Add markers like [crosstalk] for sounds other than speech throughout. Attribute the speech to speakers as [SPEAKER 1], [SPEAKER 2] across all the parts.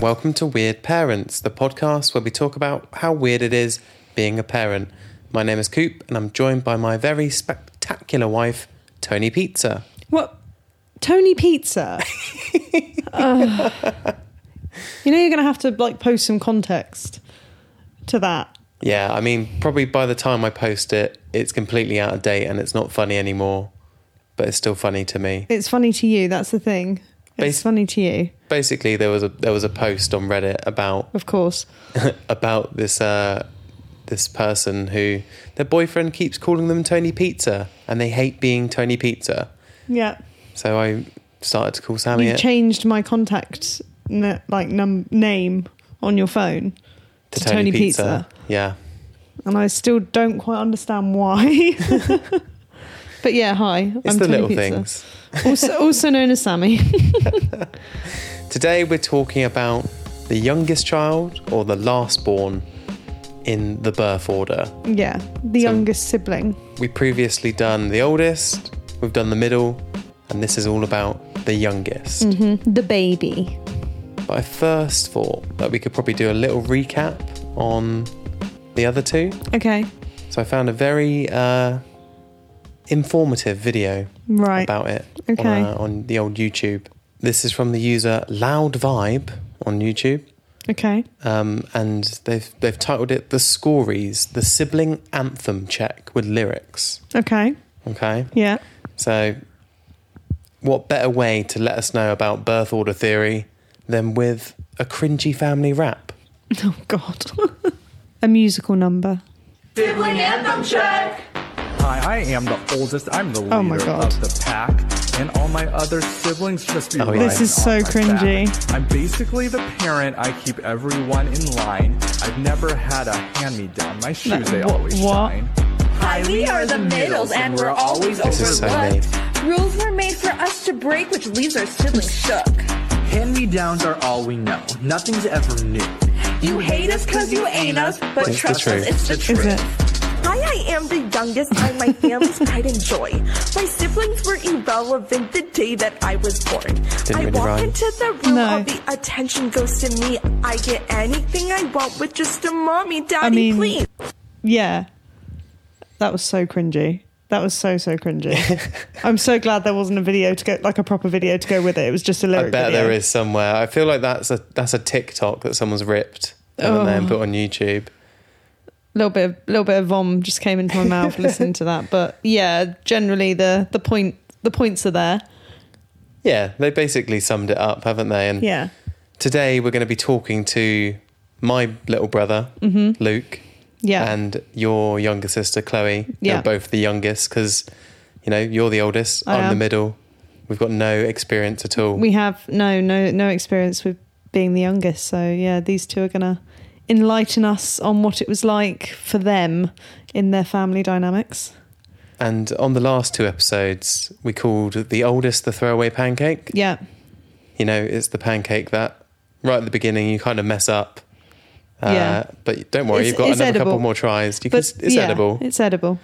[SPEAKER 1] welcome to Weird Parents, the podcast where we talk about how weird it is being a parent. My name is Coop, and I'm joined by my very spectacular wife, Tony Pizza.
[SPEAKER 2] What? Tony [laughs] Pizza. Ugh. you know you're going to have to like post some context to that.
[SPEAKER 1] Yeah, I mean, probably by the time I post it, it's completely out of date and it's not funny anymore, but it's still funny to me.
[SPEAKER 2] It's funny to you. That's the thing. It's
[SPEAKER 1] Basi-
[SPEAKER 2] funny to you,
[SPEAKER 1] Basically, there was a there was a post on Reddit about [laughs]
[SPEAKER 2] of course.
[SPEAKER 1] about this uh, this person who their boyfriend keeps calling them Tony Pizza, and they hate being Tony Pizza.
[SPEAKER 2] Yeah.
[SPEAKER 1] So I started to call Sammy
[SPEAKER 2] You've
[SPEAKER 1] it
[SPEAKER 2] changed my contact n- like num- name on your phone,
[SPEAKER 1] to
[SPEAKER 2] Tony Pizza.
[SPEAKER 1] Yeah,
[SPEAKER 2] and I still don't quite understand why. [laughs] but yeah, hi.
[SPEAKER 1] it's
[SPEAKER 2] I'm
[SPEAKER 1] the
[SPEAKER 2] Tony
[SPEAKER 1] little
[SPEAKER 2] Pizza.
[SPEAKER 1] things.
[SPEAKER 2] Also, also known as Sammy.
[SPEAKER 1] Today we're talking about the youngest child or the last born in the birth order.
[SPEAKER 2] [laughs] yeah, the
[SPEAKER 1] So-
[SPEAKER 2] youngest sibling.
[SPEAKER 1] We previously done the oldest, we've done the middle, and this is all about the youngest.
[SPEAKER 2] The baby.
[SPEAKER 1] But I first thought that we could probably do a little recap on the other two.
[SPEAKER 2] Okay.
[SPEAKER 1] So I found a very uh, informative video
[SPEAKER 2] Right.
[SPEAKER 1] about it on,
[SPEAKER 2] Okay.
[SPEAKER 1] uh, on the old YouTube. This is from the user Loud Vibe on YouTube,
[SPEAKER 2] okay.
[SPEAKER 1] um, and they've they've titled it "The Scories: The Sibling Anthem Check with Lyrics."
[SPEAKER 2] Okay.
[SPEAKER 1] Okay,
[SPEAKER 2] Yeah. [laughs]
[SPEAKER 1] so what better way to let us know about birth order theory than with a cringy family rap?
[SPEAKER 2] Oh God. [laughs] a musical number.
[SPEAKER 3] Sibling anthem check.
[SPEAKER 4] Hi, I am the oldest. I'm the leader
[SPEAKER 2] Oh my God.
[SPEAKER 4] of the pack, and all my other siblings just be.
[SPEAKER 1] Oh, yeah.
[SPEAKER 2] This is
[SPEAKER 4] riding
[SPEAKER 2] so
[SPEAKER 4] on my
[SPEAKER 2] cringy.
[SPEAKER 4] back. I'm basically the parent. I keep everyone in line. I've never had a hand-me-down. My shoes they
[SPEAKER 2] wha-
[SPEAKER 4] always
[SPEAKER 2] what?
[SPEAKER 4] shine.
[SPEAKER 3] Hi, we are the middles, and we're always
[SPEAKER 1] This is so
[SPEAKER 3] overlooked.
[SPEAKER 1] lame.
[SPEAKER 3] Rules were made for us to break, which leaves our siblings shook.
[SPEAKER 5] Hand-me-downs are all we know. Nothing's ever new.
[SPEAKER 3] You hate us because you ain't us, but
[SPEAKER 1] It's the
[SPEAKER 3] trust us,
[SPEAKER 1] truth.
[SPEAKER 3] it's the
[SPEAKER 2] Is
[SPEAKER 3] truth.
[SPEAKER 2] it?
[SPEAKER 6] Hi, I am the youngest
[SPEAKER 3] [laughs]
[SPEAKER 6] and my family's pride and joy. My siblings were irrelevant the day that I was born. I
[SPEAKER 1] really
[SPEAKER 6] walk
[SPEAKER 1] rhyme.
[SPEAKER 6] into the room,
[SPEAKER 2] No.
[SPEAKER 6] all the attention goes to me. I get anything I want with just a mommy, daddy,
[SPEAKER 2] mean-
[SPEAKER 6] please.
[SPEAKER 2] Yeah. That was so cringy. That was so
[SPEAKER 1] [laughs]
[SPEAKER 2] so cringy. I'm so glad there wasn't a video to go like a proper video to go with it. It was just a
[SPEAKER 1] I
[SPEAKER 2] lyric.
[SPEAKER 1] bet
[SPEAKER 2] video.
[SPEAKER 1] there is somewhere. I feel like that's a that's a TikTok that someone's ripped and then
[SPEAKER 2] Oh.
[SPEAKER 1] put on YouTube.
[SPEAKER 2] A little bit of little bit of vom just came into my mouth listening to that. But yeah, generally the the point the points are there.
[SPEAKER 1] Yeah, they basically summed it up, haven't they? And
[SPEAKER 2] Yeah.
[SPEAKER 1] today we're going to be talking to my little brother, Luke,
[SPEAKER 2] Mm-hmm. Yeah.
[SPEAKER 1] and your younger sister, Chloe.
[SPEAKER 2] Yeah.
[SPEAKER 1] You're both the youngest because, you know, you're the oldest,
[SPEAKER 2] I
[SPEAKER 1] I'm the
[SPEAKER 2] am.
[SPEAKER 1] middle. We've got no experience at all.
[SPEAKER 2] we have no no no experience with being the youngest so yeah these two are gonna enlighten us on what it was like for them in their family dynamics
[SPEAKER 1] and on the last two episodes, we called the oldest the throwaway pancake.
[SPEAKER 2] yeah
[SPEAKER 1] You know, it's the pancake that right at the beginning you kind of mess up. Uh,
[SPEAKER 2] Yeah.
[SPEAKER 1] But don't worry,
[SPEAKER 2] It's-
[SPEAKER 1] you've got
[SPEAKER 2] it's
[SPEAKER 1] another couple
[SPEAKER 2] edible.
[SPEAKER 1] more tries. You can,
[SPEAKER 2] but
[SPEAKER 1] it's
[SPEAKER 2] yeah,
[SPEAKER 1] edible.
[SPEAKER 2] it's edible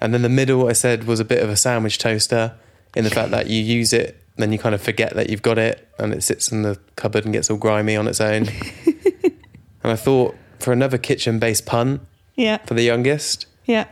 [SPEAKER 1] And then the middle, I said, was a bit of a sandwich toaster in the fact that you use it, then you kind of forget that you've got it, and it sits in the cupboard and gets all grimy on its own. and I thought for another kitchen based pun
[SPEAKER 2] yeah
[SPEAKER 1] for the youngest,
[SPEAKER 2] yeah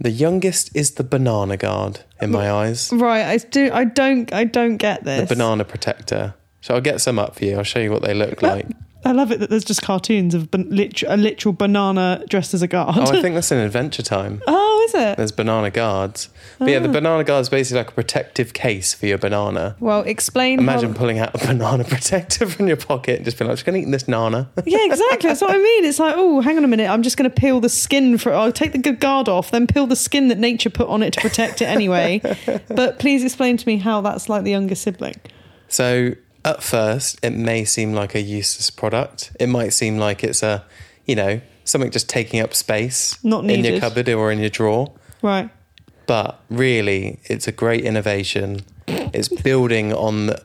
[SPEAKER 1] the youngest is the banana guard in my eyes,
[SPEAKER 2] right i do i don't i don't get
[SPEAKER 1] the
[SPEAKER 2] this
[SPEAKER 1] banana protector. So I'll get some up for you. I'll show you what they look like.
[SPEAKER 2] [laughs] i love it that there's just cartoons of ban- lit- a literal banana dressed as a guard
[SPEAKER 1] Oh, I think that's in Adventure Time.
[SPEAKER 2] [laughs] oh is it
[SPEAKER 1] There's banana guards. But yeah, the banana guard is basically like a protective case for your banana.
[SPEAKER 2] well explain
[SPEAKER 1] Imagine
[SPEAKER 2] how-
[SPEAKER 1] pulling out a [laughs] banana protector from your pocket and just being like, I'm just going to eat this nana. [laughs]
[SPEAKER 2] yeah, exactly. That's what I mean. It's like, oh, hang on a minute. I'm just going to peel the skin for. I'll take the good guard off, then peel the skin that nature put on it to protect it anyway. but please explain to me how that's like the younger sibling.
[SPEAKER 1] so at first, it may seem like a useless product. It might seem like it's a, you know, something just taking up space
[SPEAKER 2] Not
[SPEAKER 1] in your
[SPEAKER 2] needed.
[SPEAKER 1] cupboard or in your drawer.
[SPEAKER 2] Right.
[SPEAKER 1] But really, it's a great innovation. It's building on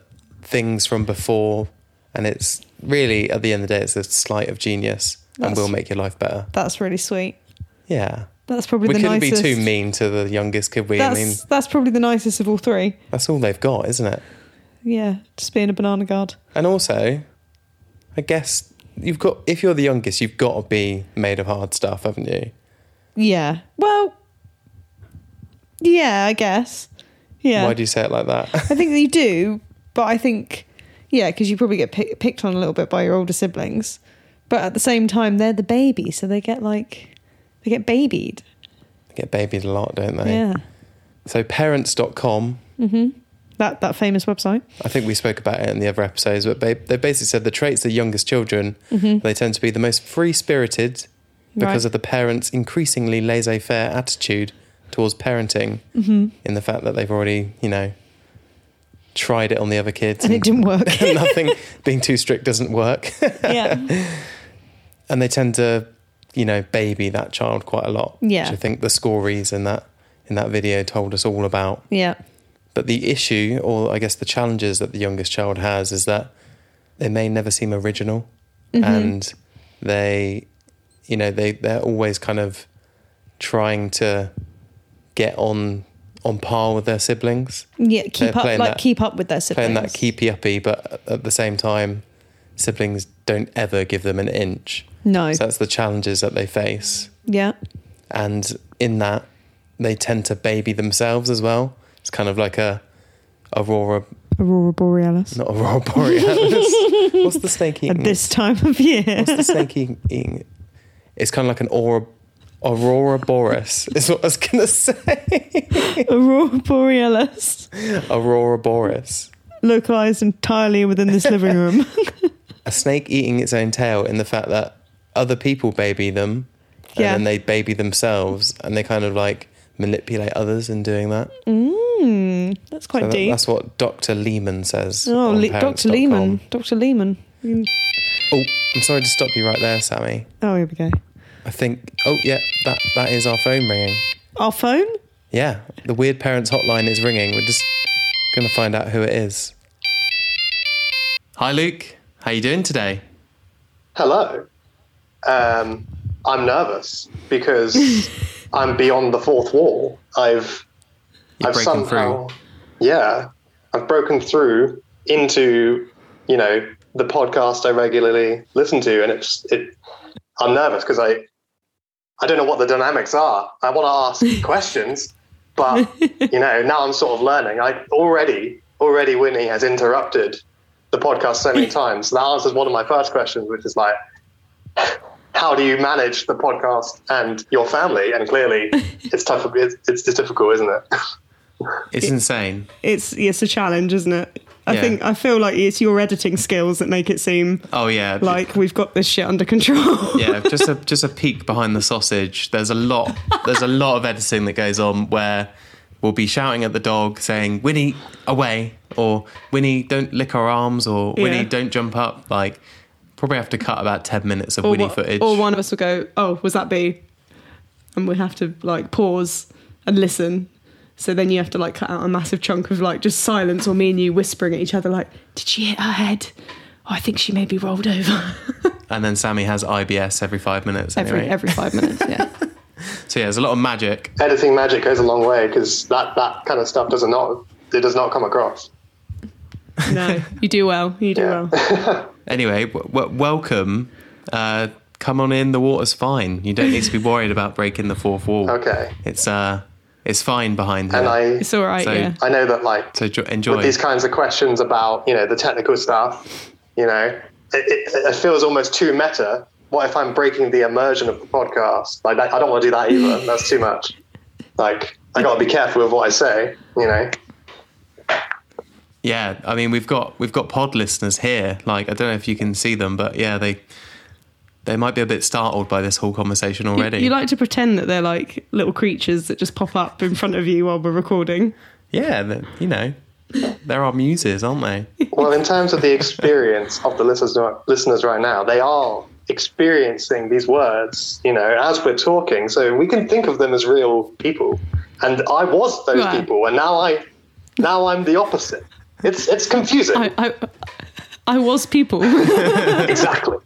[SPEAKER 1] things from before. And it's really, at the end of the day, it's a sleight of genius and
[SPEAKER 2] That's-
[SPEAKER 1] will make your life better.
[SPEAKER 2] That's really sweet.
[SPEAKER 1] Yeah.
[SPEAKER 2] That's probably
[SPEAKER 1] We
[SPEAKER 2] the
[SPEAKER 1] couldn't
[SPEAKER 2] nicest.
[SPEAKER 1] be too mean to the youngest, could we?
[SPEAKER 2] That's,
[SPEAKER 1] I mean,
[SPEAKER 2] that's probably the nicest of all three.
[SPEAKER 1] that's all they've got, isn't it?
[SPEAKER 2] Yeah, just being a banana guard.
[SPEAKER 1] And also, I guess you've got if you're the youngest, you've got to be made of hard stuff, haven't you?
[SPEAKER 7] Yeah. Well, yeah, I guess. Yeah.
[SPEAKER 1] Why do you say it like that? [laughs]
[SPEAKER 7] I think that you do, but I think, yeah, because you probably get pick, picked on a little bit by your older siblings. But at the same time, they're the baby, so they get like, they get babied.
[SPEAKER 1] they get babied a lot, don't they?
[SPEAKER 7] Yeah.
[SPEAKER 1] So parents.com,
[SPEAKER 7] That, that famous website. [laughs]
[SPEAKER 1] I think we spoke about it in the other episodes, but ba- they basically said the traits of youngest children, they tend to be the most free-spirited because
[SPEAKER 7] Mm-hmm. Right.
[SPEAKER 1] of the parents' increasingly laissez-faire attitude towards parenting
[SPEAKER 7] Mm-hmm.
[SPEAKER 1] in the fact that they've already, you know, tried it on the other kids
[SPEAKER 7] And it didn't work.
[SPEAKER 1] [laughs] nothing being too strict doesn't work.
[SPEAKER 7] yeah.
[SPEAKER 1] and they tend to, you know, baby that child quite a lot.
[SPEAKER 7] Yeah.
[SPEAKER 1] Which I think the scories in that in that video told us all about.
[SPEAKER 7] Yeah.
[SPEAKER 1] But the issue, or I guess the challenges that the youngest child has, is that they may never seem original,
[SPEAKER 7] Mm-hmm.
[SPEAKER 1] and they, you know, they they're always kind of trying to get on on par with their siblings,
[SPEAKER 7] Yeah.
[SPEAKER 1] They're
[SPEAKER 7] Keep up, like,
[SPEAKER 1] playing that-
[SPEAKER 7] keep up with their siblings.
[SPEAKER 1] playing that keepy uppy, but at the same time, siblings don't ever give them an inch.
[SPEAKER 7] No.
[SPEAKER 1] So that's the challenges that they face.
[SPEAKER 7] yeah.
[SPEAKER 1] and in that they tend to baby themselves as well. It's kind of like a aurora,
[SPEAKER 7] Aurora Borealis.
[SPEAKER 1] not aurora
[SPEAKER 7] [laughs]
[SPEAKER 1] borealis. What's the snake eating?
[SPEAKER 7] At this time of year.
[SPEAKER 1] [laughs] What's the snake eating? eating? It's kind of like an aura, aurora boris. Is what I was gonna say.
[SPEAKER 7] Aurora Borealis.
[SPEAKER 1] Aurora boris,
[SPEAKER 7] Localized entirely within this living
[SPEAKER 1] [laughs]
[SPEAKER 7] room.
[SPEAKER 1] a snake eating its own tail in the fact that other people baby them, and
[SPEAKER 7] Yeah.
[SPEAKER 1] then they baby themselves, and they kind of like manipulate others in doing that.
[SPEAKER 7] Hmm. That's quite
[SPEAKER 1] So that-
[SPEAKER 7] deep.
[SPEAKER 1] that's what Dr. Lehman says.
[SPEAKER 7] oh,
[SPEAKER 1] on
[SPEAKER 7] Le-
[SPEAKER 1] parents
[SPEAKER 7] Dr.
[SPEAKER 1] dot com.
[SPEAKER 7] Lehman. Dr. Lehman.
[SPEAKER 1] Oh, I'm sorry to stop you right there, Sammy.
[SPEAKER 7] Oh, here we go.
[SPEAKER 1] I think. Oh, yeah, that that is our phone ringing.
[SPEAKER 7] Our phone?
[SPEAKER 1] Yeah, the Weird Parents Hotline is ringing. We're just gonna find out who it is. Hi, Luke. How you doing today?
[SPEAKER 8] Hello. Um, I'm nervous because I'm beyond the fourth wall. I've
[SPEAKER 1] You're
[SPEAKER 8] I've
[SPEAKER 1] breaking
[SPEAKER 8] somehow
[SPEAKER 1] through.
[SPEAKER 8] yeah, I've broken through into you know the podcast I regularly listen to, and it's it. I'm nervous because I I don't know what the dynamics are. I want to ask questions, but you know now I'm sort of learning. I already already Winnie has interrupted the podcast so many times. That answers one of my first questions, which is like, how do you manage the podcast and your family? And clearly, it's tough. It's, it's difficult, isn't it? [laughs]
[SPEAKER 1] It's insane.
[SPEAKER 7] It's it's a challenge, isn't it? I
[SPEAKER 1] Yeah.
[SPEAKER 7] think I feel like it's your editing skills that make it seem
[SPEAKER 1] Oh yeah,
[SPEAKER 7] like we've got this shit under
[SPEAKER 1] [laughs]
[SPEAKER 7] control.
[SPEAKER 1] yeah. Just a just a peek behind the sausage. There's a lot. There's a lot of editing that goes on where we'll be shouting at the dog, saying Winnie away, or Winnie don't lick our arms, or Winnie
[SPEAKER 7] Yeah.
[SPEAKER 1] don't jump up. Like probably have to cut about ten minutes of
[SPEAKER 7] or,
[SPEAKER 1] Winnie
[SPEAKER 7] one-
[SPEAKER 1] footage.
[SPEAKER 7] or one of us will go, "Oh, was that B?" And we have to like pause and listen. So then you have to like cut out a massive chunk of like just silence, or me and you whispering at each other, like, "Did she hit her head?" Oh, I think she maybe rolled over [laughs]
[SPEAKER 1] and then Sammy has IBS every five minutes.
[SPEAKER 7] every
[SPEAKER 1] anyway.
[SPEAKER 7] every five minutes.
[SPEAKER 1] [laughs]
[SPEAKER 7] Yeah,
[SPEAKER 1] So yeah, there's a lot of magic.
[SPEAKER 8] Editing magic goes a long way because that that kind of stuff does not it does not come across.
[SPEAKER 7] no, you do well. You do
[SPEAKER 8] Yeah.
[SPEAKER 7] well.
[SPEAKER 1] Anyway, w- w- welcome. Uh, come on in. The water's fine. You don't need to be worried about breaking the fourth wall.
[SPEAKER 8] Okay,
[SPEAKER 1] It's uh, it's fine behind here.
[SPEAKER 8] and I
[SPEAKER 7] It's all right.
[SPEAKER 1] So-
[SPEAKER 7] yeah,
[SPEAKER 8] I know that like
[SPEAKER 1] so jo- enjoy.
[SPEAKER 8] these kinds of questions about you know the technical stuff you know it, it, it feels almost too meta what if i'm breaking the immersion of the podcast like that, i don't want to do that either that's too much like i gotta be careful with what i say you know
[SPEAKER 1] yeah, I mean we've got we've got pod listeners here. Like I don't know if you can see them, but yeah, they they might be a bit startled by this whole conversation already.
[SPEAKER 7] You like to pretend that they're like little creatures that just pop up in front of you while we're recording.
[SPEAKER 1] yeah, the- you know, they're our muses, aren't they?
[SPEAKER 8] well in terms of the experience of the listeners listeners right now they are experiencing these words you know as we're talking so we can think of them as real people and i was those
[SPEAKER 7] Right.
[SPEAKER 8] people and now i now i'm the opposite it's it's confusing
[SPEAKER 7] I, I, I was people.
[SPEAKER 8] exactly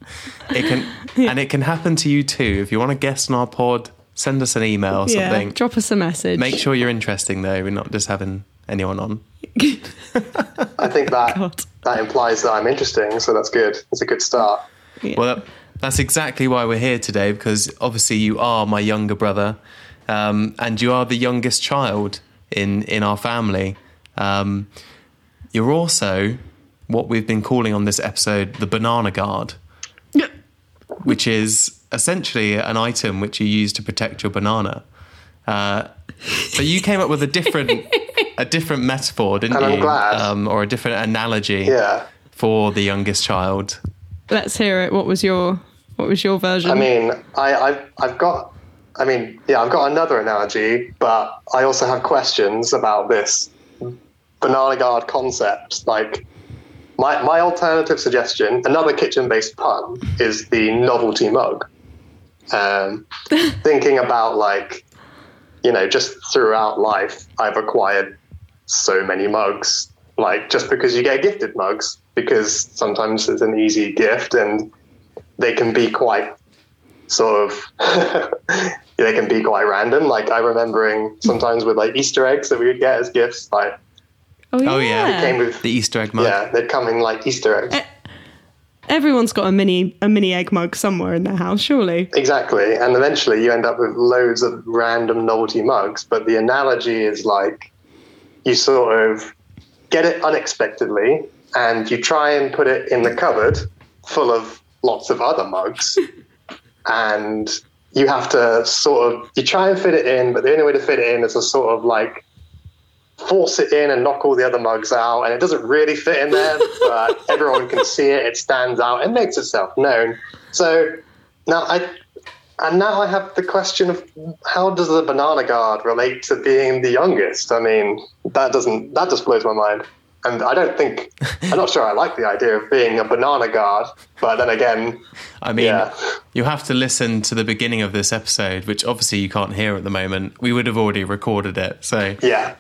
[SPEAKER 1] It
[SPEAKER 7] [laughs]
[SPEAKER 1] can and it can happen to you too. If you want to guest on our pod, send us an email or
[SPEAKER 7] yeah.
[SPEAKER 1] something.
[SPEAKER 7] Drop us a message.
[SPEAKER 1] Make sure you're interesting though. We're not just having anyone on.
[SPEAKER 8] I think that
[SPEAKER 7] God.
[SPEAKER 8] that implies that I'm interesting, so that's good. It's a good start.
[SPEAKER 1] Well, that, that's exactly why we're here today because obviously you are my younger brother, um, and you are the youngest child in in our family. Um, you're also what we've been calling on this episode the banana guard, which is essentially an item which you use to protect your banana. Uh, but you came up with a different a different metaphor, didn't
[SPEAKER 8] And
[SPEAKER 1] you?
[SPEAKER 8] I'm glad.
[SPEAKER 1] Um, or a different analogy
[SPEAKER 8] Yeah.
[SPEAKER 1] for the youngest child.
[SPEAKER 7] Let's hear it. What was your what was your version?
[SPEAKER 8] I mean, I, I've, I've got, I mean, yeah, I've got another analogy, but I also have questions about this banana guard concept. Like, my, my alternative suggestion, another kitchen based pun, is the novelty mug. Um, thinking about, like, you know, just throughout life, I've acquired so many mugs. Like, just because you get gifted mugs, because sometimes it's an easy gift and they can be quite sort of [laughs] they can be quite random. Like I remembering sometimes with like Easter eggs that we would get as gifts, like
[SPEAKER 7] oh yeah.
[SPEAKER 1] Oh, yeah.
[SPEAKER 8] came with
[SPEAKER 1] The Easter egg mug.
[SPEAKER 8] yeah, they'd come in like Easter eggs.
[SPEAKER 7] Everyone's got a mini a mini egg mug somewhere in their house, surely.
[SPEAKER 8] Exactly. And eventually you end up with loads of random novelty mugs. But the analogy is like you sort of get it unexpectedly and you try and put it in the cupboard full of lots of other mugs. and you have to sort of, you try and fit it in, but the only way to fit it in is to sort of like force it in and knock all the other mugs out. And it doesn't really fit in there, but everyone can see it. It stands out and makes itself known. So now I and now I have the question of how does the banana guard relate to being the youngest? I mean, that doesn't that just blows my mind. And I don't think I'm not sure I like the idea of being a banana guard, but then again,
[SPEAKER 1] I mean,
[SPEAKER 8] Yeah.
[SPEAKER 1] you have to listen to the beginning of this episode, which obviously you can't hear at the moment. We would have already recorded it, so
[SPEAKER 8] yeah.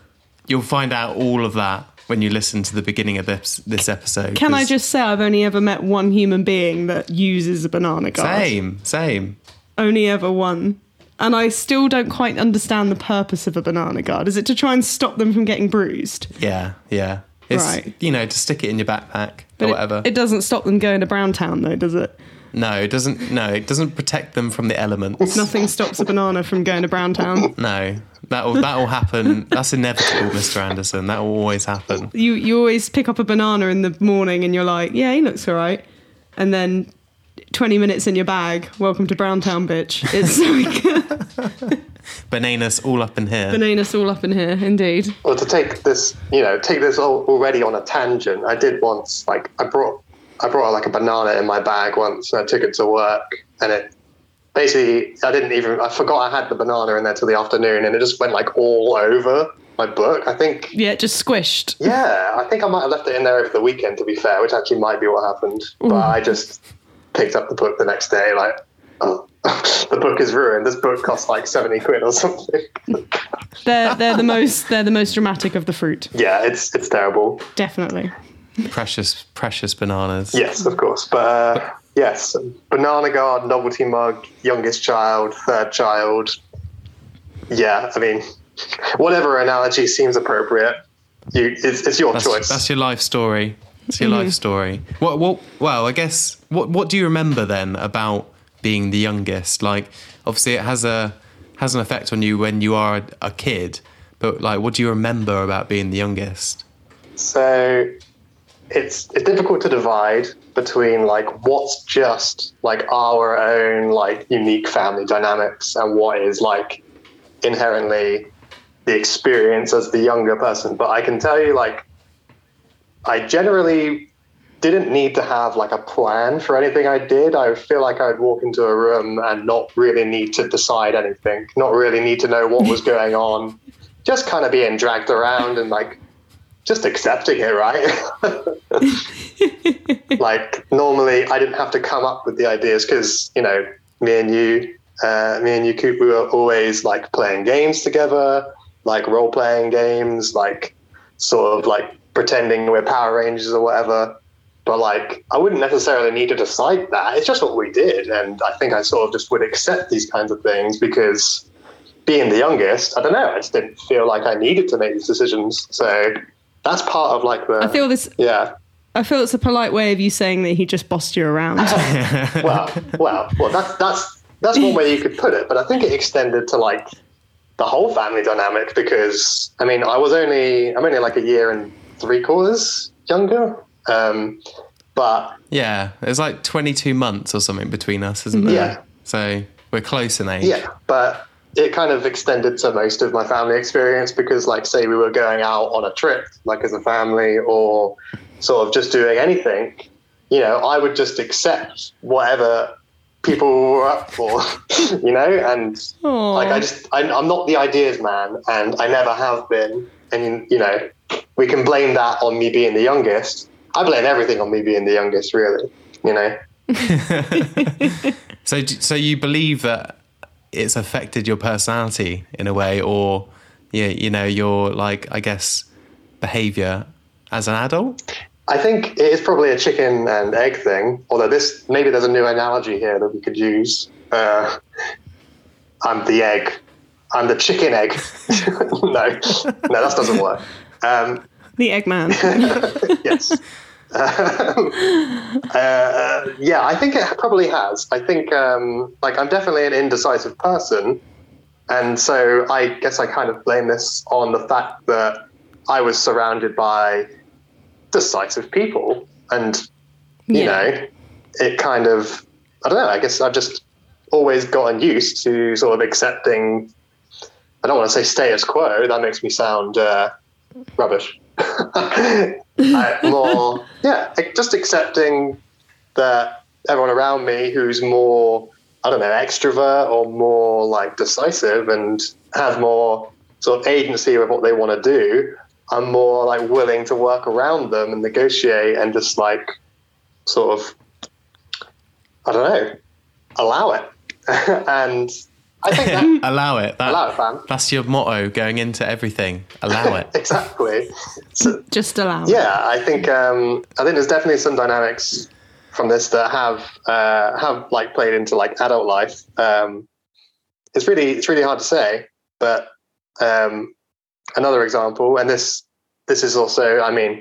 [SPEAKER 1] you'll find out all of that when you listen to the beginning of this this episode.
[SPEAKER 7] Can I
[SPEAKER 1] 'cause-
[SPEAKER 7] just say I've only ever met one human being that uses a banana guard?
[SPEAKER 1] same same?
[SPEAKER 7] Only ever one. And I still don't quite understand the purpose of a banana guard. Is it to try and stop them from getting bruised?
[SPEAKER 1] Yeah, yeah. It's
[SPEAKER 7] Right.
[SPEAKER 1] you know to stick it in your backpack
[SPEAKER 7] But
[SPEAKER 1] or
[SPEAKER 7] it-
[SPEAKER 1] whatever.
[SPEAKER 7] It, doesn't stop them going to Browntown though, does it?
[SPEAKER 1] no, it doesn't. No, it doesn't protect them from the elements.
[SPEAKER 7] Nothing stops a banana from going to Browntown.
[SPEAKER 1] No, that'll that'll happen. That's inevitable, Mr. Anderson. That will always happen.
[SPEAKER 7] you you always pick up a banana in the morning and you're like, yeah, he looks all right. And then 20 minutes in your bag, welcome to Browntown, bitch. It's [laughs] like
[SPEAKER 1] Bananas all up in here.
[SPEAKER 7] bananas all up in here, indeed.
[SPEAKER 8] Well, to take this, you know, take this al- already on a tangent. I did once, like, I brought, I brought like a banana in my bag once, and I took it to work, and it basically, I didn't even, I forgot I had the banana in there till the afternoon, and it just went like all over my book. I think,
[SPEAKER 7] Yeah, just squished.
[SPEAKER 8] yeah, I think I might have left it in there over the weekend, to be fair, which actually might be what happened. But I just picked up the book the next day, like, oh, [laughs] the book is ruined. This book costs like seventy quid or something. [laughs]
[SPEAKER 7] They're they're the most they're the most dramatic of the fruit,
[SPEAKER 8] yeah, it's it's terrible.
[SPEAKER 7] definitely.
[SPEAKER 1] precious, precious bananas.
[SPEAKER 8] Yes, of course. But uh, yes, banana guard, novelty mug, youngest child, third child. Yeah, I mean, whatever analogy seems appropriate. You, it's, it's your
[SPEAKER 1] That's,
[SPEAKER 8] choice.
[SPEAKER 1] that's your life story. It's your
[SPEAKER 8] Mm-hmm.
[SPEAKER 1] life story. What? What? Well, I guess. What? What do you remember then about being the youngest? Like, obviously, it has a has an effect on you when you are a, a kid. But like, what do you remember about being the youngest?
[SPEAKER 8] so it's it's difficult to divide between like what's just like our own like unique family dynamics and what is like inherently the experience as the younger person. But I can tell you like I generally didn't need to have like a plan for anything I did. I would feel like I'd walk into a room and not really need to decide anything, not really need to know what was going on. Just kind of being dragged around and like just accepting
[SPEAKER 7] [laughs]
[SPEAKER 8] it, right? [laughs] like normally, I didn't have to come up with the ideas because you know me and you, uh, me and you, Coop, we were always like playing games together, like role playing games, like sort of like pretending we're Power Rangers or whatever. But like, I wouldn't necessarily need to decide that. It's just what we did, and I think I sort of just would accept these kinds of things because being the youngest, I don't know. I just didn't feel like I needed to make these decisions. So that's part of like the.
[SPEAKER 7] I feel this.
[SPEAKER 8] Yeah.
[SPEAKER 7] I feel it's a polite way of you saying that he just bossed you
[SPEAKER 8] [laughs]
[SPEAKER 7] around.
[SPEAKER 8] Well, well, well. That's that's that's one way you could put it, but I think it extended to like the whole family dynamic because I mean I was only I'm only like a year and three quarters younger, um, but
[SPEAKER 1] Yeah, there's like 22 months or something between us, isn't there?
[SPEAKER 8] Yeah.
[SPEAKER 1] So we're close in age.
[SPEAKER 8] Yeah, but it kind of extended to most of my family experience because, like, say we were going out on a trip, like as a family, or sort of just doing anything, you know, I would just accept whatever people were up for, [laughs] you know, and
[SPEAKER 7] Aw.
[SPEAKER 8] like I just, I, I'm not the ideas man, and I never have been, and you know, we can blame that on me being the youngest. I blame everything on me being the youngest, really, you know.
[SPEAKER 1] So, d- so you believe that it's affected your personality in a way, or yeah, you know, your like, I guess, behavior as an adult.
[SPEAKER 8] I think it is probably a chicken and egg thing. Although this, maybe there's a new analogy here that we could use. Uh, I'm the egg. I'm the chicken egg. [laughs] no, no, that doesn't work. Um,
[SPEAKER 7] the Eggman.
[SPEAKER 8] yes. [laughs] Um, uh, yeah, I think it probably has. I think, um, like, I'm definitely an indecisive person. And so I guess I kind of blame this on the fact that I was surrounded by decisive people. And,
[SPEAKER 7] [laughs]
[SPEAKER 8] you
[SPEAKER 7] Yeah.
[SPEAKER 8] know, it kind of, I don't know, I guess I've just always gotten used to sort of accepting, I don't want to say status quo, that makes me sound uh, rubbish. [laughs] I, more, yeah, like, just accepting that everyone around me who's more, I don't know, extrovert or more like decisive and have more sort of agency with what they want to do, I'm more like willing to work around them and negotiate and just like sort of, I don't know, allow it. [laughs] and I think
[SPEAKER 1] [laughs]
[SPEAKER 8] that
[SPEAKER 1] Allow it. That,
[SPEAKER 8] Allow it, fam.
[SPEAKER 1] That's your motto going into everything. Allow it.
[SPEAKER 8] exactly.
[SPEAKER 7] just allow. it.
[SPEAKER 8] yeah, I think um, I think there's definitely some dynamics from this that have uh, have like played into like adult life. Um, it's really it's really hard to say, but um, another example, and this this is also, I mean,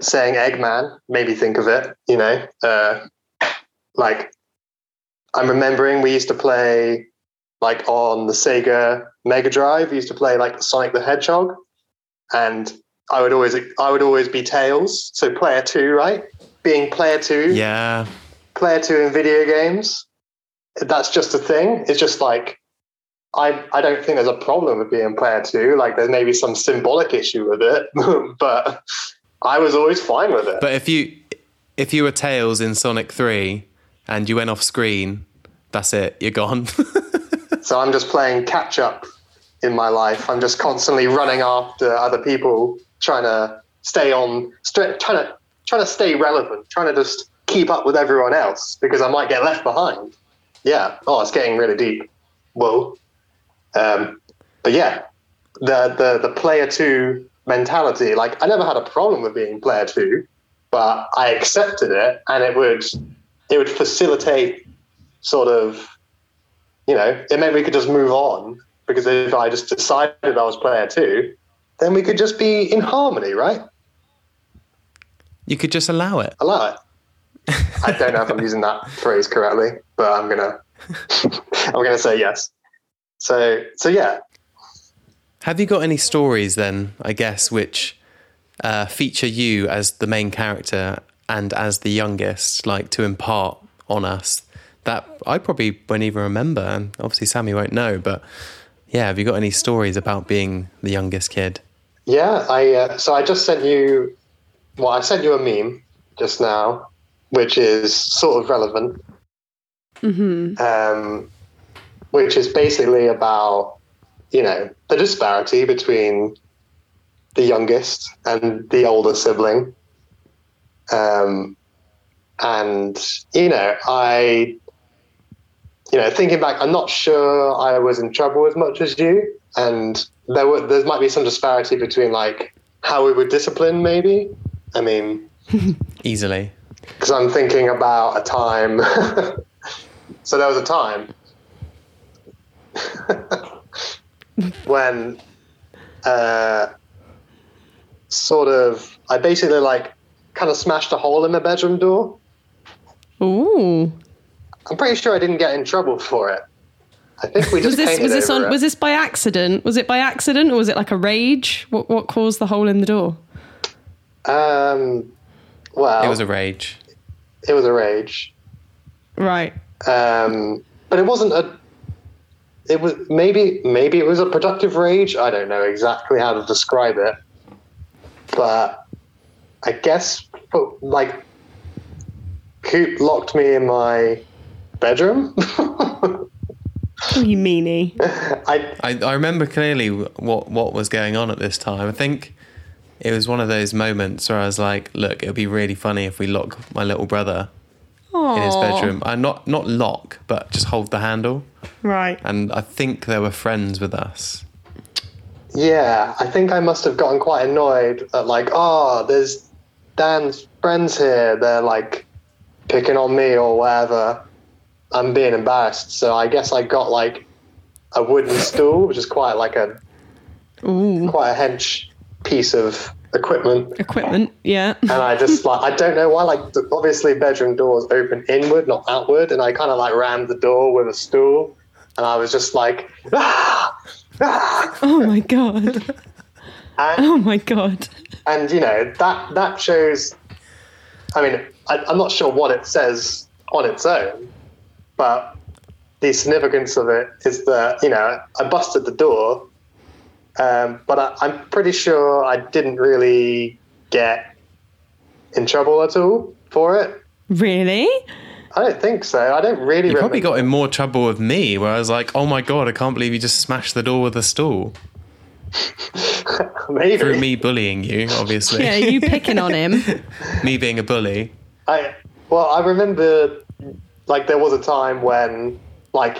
[SPEAKER 8] saying Eggman made me think of it. You know, uh, like I'm remembering we used to play like on the Sega Mega Drive. We used to play like Sonic the Hedgehog, and I would always I would always be Tails, so player two, right? Being player
[SPEAKER 1] [laughs]
[SPEAKER 8] two,
[SPEAKER 1] Yeah.
[SPEAKER 8] player two in video games, that's just a thing. It's just like I I don't think there's a problem with being player two. Like there's maybe some symbolic issue with it, [laughs] but I was always fine with it.
[SPEAKER 1] But if you if you were Tails in Sonic Three and you went off screen, that's it. You're gone. [laughs]
[SPEAKER 8] So I'm just playing catch up in my life. I'm just constantly running after other people, trying to stay on, st- trying to trying to stay relevant, trying to just keep up with everyone else because I might get left behind. Yeah. Oh, it's getting really deep. Whoa. Um, but yeah, the the the player two mentality. Like I never had a problem with being player two, but I accepted it, and it would it would facilitate sort of you know, it meant we could just move on because if I just decided I was player two, then we could just be in harmony, right?
[SPEAKER 1] you could just allow it.
[SPEAKER 8] Allow it. I don't know if I'm using that phrase correctly, but I'm gonna [laughs] I'm gonna say yes. So so yeah,
[SPEAKER 1] Have you got any stories then, I guess, which uh, feature you as the main character and as the youngest, like to impart on us that I probably won't even remember? And obviously, Sammy won't know, but yeah, have you got any stories about being the youngest kid?
[SPEAKER 8] Yeah, I uh, so I just sent you. Well, I sent you a meme just now, which is sort of relevant. Mm-hmm. Um, which is basically about you know the disparity between the youngest and the older sibling. Um, and you know, I you know, thinking back, I'm not sure I was in trouble as much as you, and there were there might be some disparity between like how we were disciplined, maybe. I mean,
[SPEAKER 1] Easily.
[SPEAKER 8] because I'm thinking about a [laughs] time. so there was a time. [laughs] when uh, sort of I basically like kind of smashed a hole in the bedroom door.
[SPEAKER 9] Ooh.
[SPEAKER 8] I'm pretty sure I didn't get in trouble for it. I think
[SPEAKER 9] [laughs]
[SPEAKER 8] we just
[SPEAKER 9] Was this
[SPEAKER 8] painted
[SPEAKER 9] was this
[SPEAKER 8] over it.
[SPEAKER 9] on was this by accident? Was it by accident or was it like a rage? What what caused the hole in the door?
[SPEAKER 8] um, well,
[SPEAKER 1] It was a rage.
[SPEAKER 8] rage,
[SPEAKER 9] Right.
[SPEAKER 8] um, but it wasn't a. It was maybe maybe it was a productive rage. I don't know exactly how to describe it, but I guess but, like Coop locked me in my bedroom. [laughs]
[SPEAKER 9] Oh, you meanie.
[SPEAKER 8] I
[SPEAKER 1] I, I remember clearly what what was going on at this time. I think it was one of those moments where I was like, "Look, it would be really funny if we lock my little brother in his bedroom. Uh, not not lock, but just hold the handle."
[SPEAKER 9] Right.
[SPEAKER 1] And I think there were friends with us.
[SPEAKER 8] Yeah, I think I must have gotten quite annoyed at like, oh, there's Dan's friends here. They're like picking on me or whatever. I'm being embarrassed. So I guess I got like a wooden stool, which is quite like a quite a hench piece of equipment.
[SPEAKER 9] Equipment. Yeah.
[SPEAKER 8] And I just like I don't know why like the, obviously bedroom doors open inward, not outward, and I kind of like rammed the door with a stool, and I was just like, ah, ah.
[SPEAKER 9] Oh my god.
[SPEAKER 8] And-
[SPEAKER 9] Oh my god.
[SPEAKER 8] and you know that that shows i mean I, i'm not sure what it says on its own but the significance of it is that you know i busted the door um, but I, i'm pretty sure i didn't really get in trouble at all for it
[SPEAKER 9] Really?
[SPEAKER 8] i don't think so i don't really
[SPEAKER 1] You probably
[SPEAKER 8] remember
[SPEAKER 1] got in more trouble with me, where I was like, "Oh my god, I can't believe you just smashed the door with a stool."
[SPEAKER 8] [laughs] maybe
[SPEAKER 1] Through me bullying you, obviously.
[SPEAKER 9] Yeah, you picking on him. [laughs]
[SPEAKER 1] me being a bully.
[SPEAKER 8] I well, I remember like there was a time when like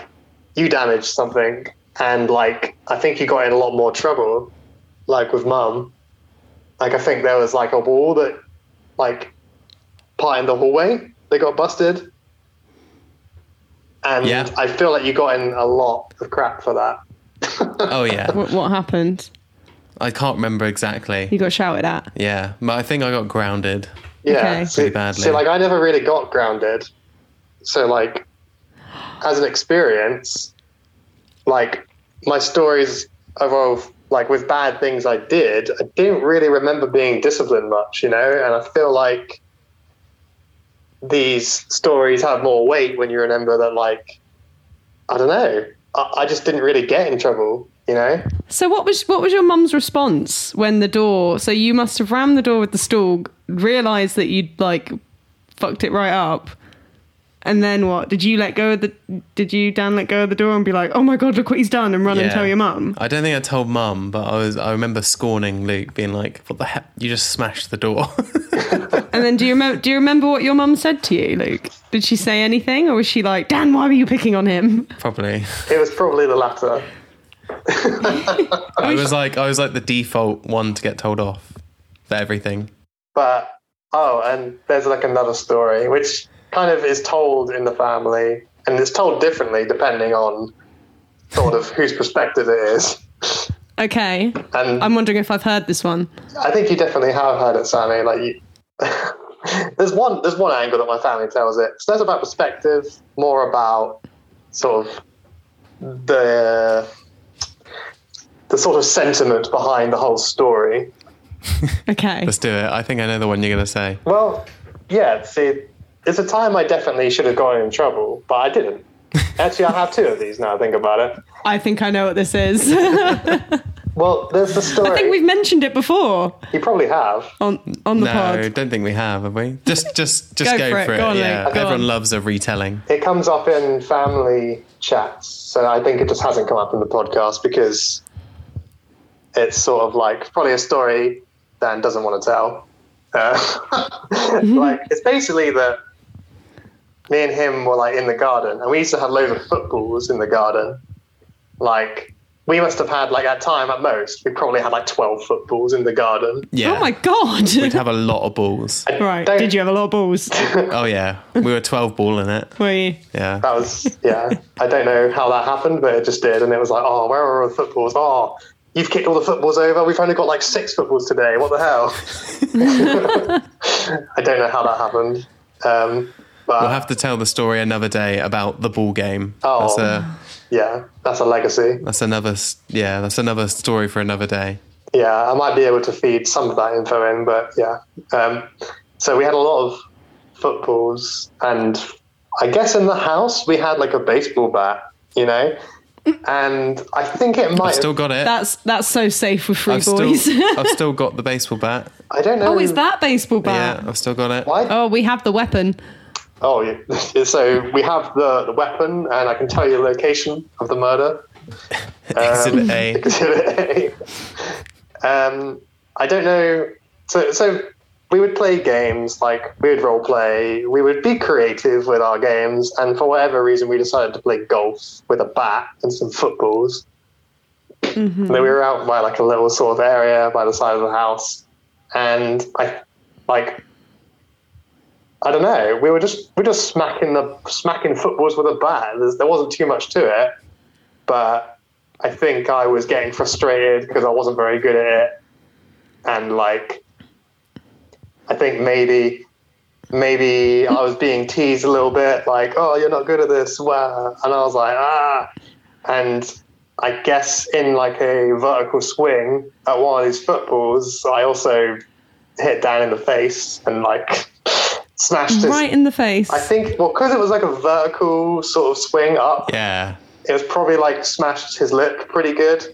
[SPEAKER 8] you damaged something, and like I think you got in a lot more trouble, like with mum. Like I think there was like a wall that, like, part in the hallway that got busted, and
[SPEAKER 1] Yeah.
[SPEAKER 8] I feel like you got in a lot of crap for that. [laughs]
[SPEAKER 1] Oh
[SPEAKER 9] [laughs]
[SPEAKER 1] yeah,
[SPEAKER 9] What, what happened?
[SPEAKER 1] I can't remember exactly.
[SPEAKER 9] You got shouted at.
[SPEAKER 1] Yeah, but I think I got grounded.
[SPEAKER 8] Yeah,
[SPEAKER 9] Okay.
[SPEAKER 8] so,
[SPEAKER 1] Pretty badly.
[SPEAKER 8] so, like I never really got grounded. So like, as an experience, like my stories evolve like with bad things I did. I didn't really remember being disciplined much, you know. And I feel like these stories have more weight when you remember that. Like, I don't know. I, I just didn't really get in trouble, you know.
[SPEAKER 9] So what was what was your mum's response when the door? So you must have rammed the door with the stool, realised that you'd like fucked it right up, and then what? Did you let go of the? Did you Dan let go of the door and be like, oh my god, look what he's done, and run and
[SPEAKER 1] Yeah.
[SPEAKER 9] tell your mum?
[SPEAKER 1] I don't think I told mum, but I was I remember scorning Luke, being like, "What the heck? You just smashed the door." [laughs]
[SPEAKER 9] And then do you remember? Do you remember what your mum said to you, Luke? Did she say anything, or was she like, Dan, why were you picking on him?
[SPEAKER 1] Probably.
[SPEAKER 8] It was probably the latter.
[SPEAKER 1] I was like I was like the default one to get told off for everything.
[SPEAKER 8] but oh and there's like another story which kind of is told in the family and it's told differently depending on sort of whose perspective it is
[SPEAKER 9] Okay,
[SPEAKER 8] and
[SPEAKER 9] I'm wondering if I've heard this one.
[SPEAKER 8] i think you definitely have heard it sammy like you [laughs] there's one there's one angle that my family tells it it's less about perspective more about sort of the the sort of sentiment behind the whole story
[SPEAKER 9] Okay,
[SPEAKER 1] Let's do it. I think I know the one you're gonna say.
[SPEAKER 8] Well, yeah, see, it's a time I definitely should have gotten in trouble, but I didn't. Actually, I have two of these now I think about it.
[SPEAKER 9] I think I know what this is. [laughs]
[SPEAKER 8] Well, there's the story.
[SPEAKER 9] I think we've mentioned it before
[SPEAKER 8] you probably have.
[SPEAKER 9] on on [laughs] the
[SPEAKER 1] no,
[SPEAKER 9] pod.
[SPEAKER 1] don't think we have, have we? Just
[SPEAKER 9] [laughs]
[SPEAKER 1] just just
[SPEAKER 9] Go
[SPEAKER 1] go,
[SPEAKER 9] for it.
[SPEAKER 1] for it.
[SPEAKER 9] Go on,
[SPEAKER 1] yeah.
[SPEAKER 9] Luke. Go
[SPEAKER 1] Everyone
[SPEAKER 9] on.
[SPEAKER 1] loves a retelling.
[SPEAKER 8] It comes up in family chats, so I think it just hasn't come up in the podcast because it's sort of like probably a story Dan doesn't want to tell. Uh, [laughs] like it's basically that me and him were like in the garden, and we used to have loads of footballs in the garden, like we must have had like at time at most we probably had like twelve footballs in the garden.
[SPEAKER 1] Yeah.
[SPEAKER 10] Oh my god!
[SPEAKER 1] [laughs] We'd have a lot of balls.
[SPEAKER 8] I
[SPEAKER 7] Right.
[SPEAKER 8] don't-
[SPEAKER 7] Did you have a lot of balls?
[SPEAKER 1] Oh yeah, we were twelve ball in it.
[SPEAKER 7] Were you?
[SPEAKER 1] Yeah.
[SPEAKER 8] That was yeah. I don't know how that happened, but it just did, and it was like, oh, where are all the footballs? Oh, you've kicked all the footballs over. We've only got like six footballs today. What the
[SPEAKER 10] [laughs]
[SPEAKER 8] hell? [laughs] I don't know how that happened. Um, but
[SPEAKER 1] We'll have to tell the story another day about the ball game.
[SPEAKER 8] Oh.
[SPEAKER 1] That's a
[SPEAKER 8] yeah, that's a legacy.
[SPEAKER 1] that's another s- yeah that's another story for another day.
[SPEAKER 8] yeah, I might be able to feed some of that info in, but yeah. Um, so we had a lot of footballs, and I guess in the house we had like a baseball bat, you know,
[SPEAKER 10] Mm.
[SPEAKER 8] and I think it might.
[SPEAKER 1] I've still got it.
[SPEAKER 10] That's that's so safe with free
[SPEAKER 1] I've
[SPEAKER 10] boys. [laughs]
[SPEAKER 1] still I've still got the baseball bat.
[SPEAKER 8] I don't know.
[SPEAKER 10] oh, is that baseball bat?
[SPEAKER 1] Yeah, I've still got it.
[SPEAKER 8] Why?
[SPEAKER 10] Oh, we have the weapon.
[SPEAKER 8] Oh, yeah. [laughs] so we have the, the weapon, and I can tell you the location of the murder.
[SPEAKER 1] Exhibit A.
[SPEAKER 8] [laughs] um, I don't know. So, so we would play games, like we would role play. We would be creative with our games, and for whatever reason, we decided to play golf with a bat and some footballs. And then we were out by like a little sort of area by the side of the house, and I like. I don't know. We were just we were just smacking the smacking footballs with a bat. There's, there wasn't too much to it, but I think I was getting frustrated because I wasn't very good at it, and like, I think maybe, maybe I was being teased a little bit, like, "Oh, you're not good at this," wow. and I was like, "Ah," and I guess in like a vertical swing at one of these footballs, I also hit down in the face and like smashed his.
[SPEAKER 10] Right in the face.
[SPEAKER 8] I think well, because it was like a vertical sort of swing up,
[SPEAKER 1] Yeah.
[SPEAKER 8] it was probably like smashed his lip pretty good.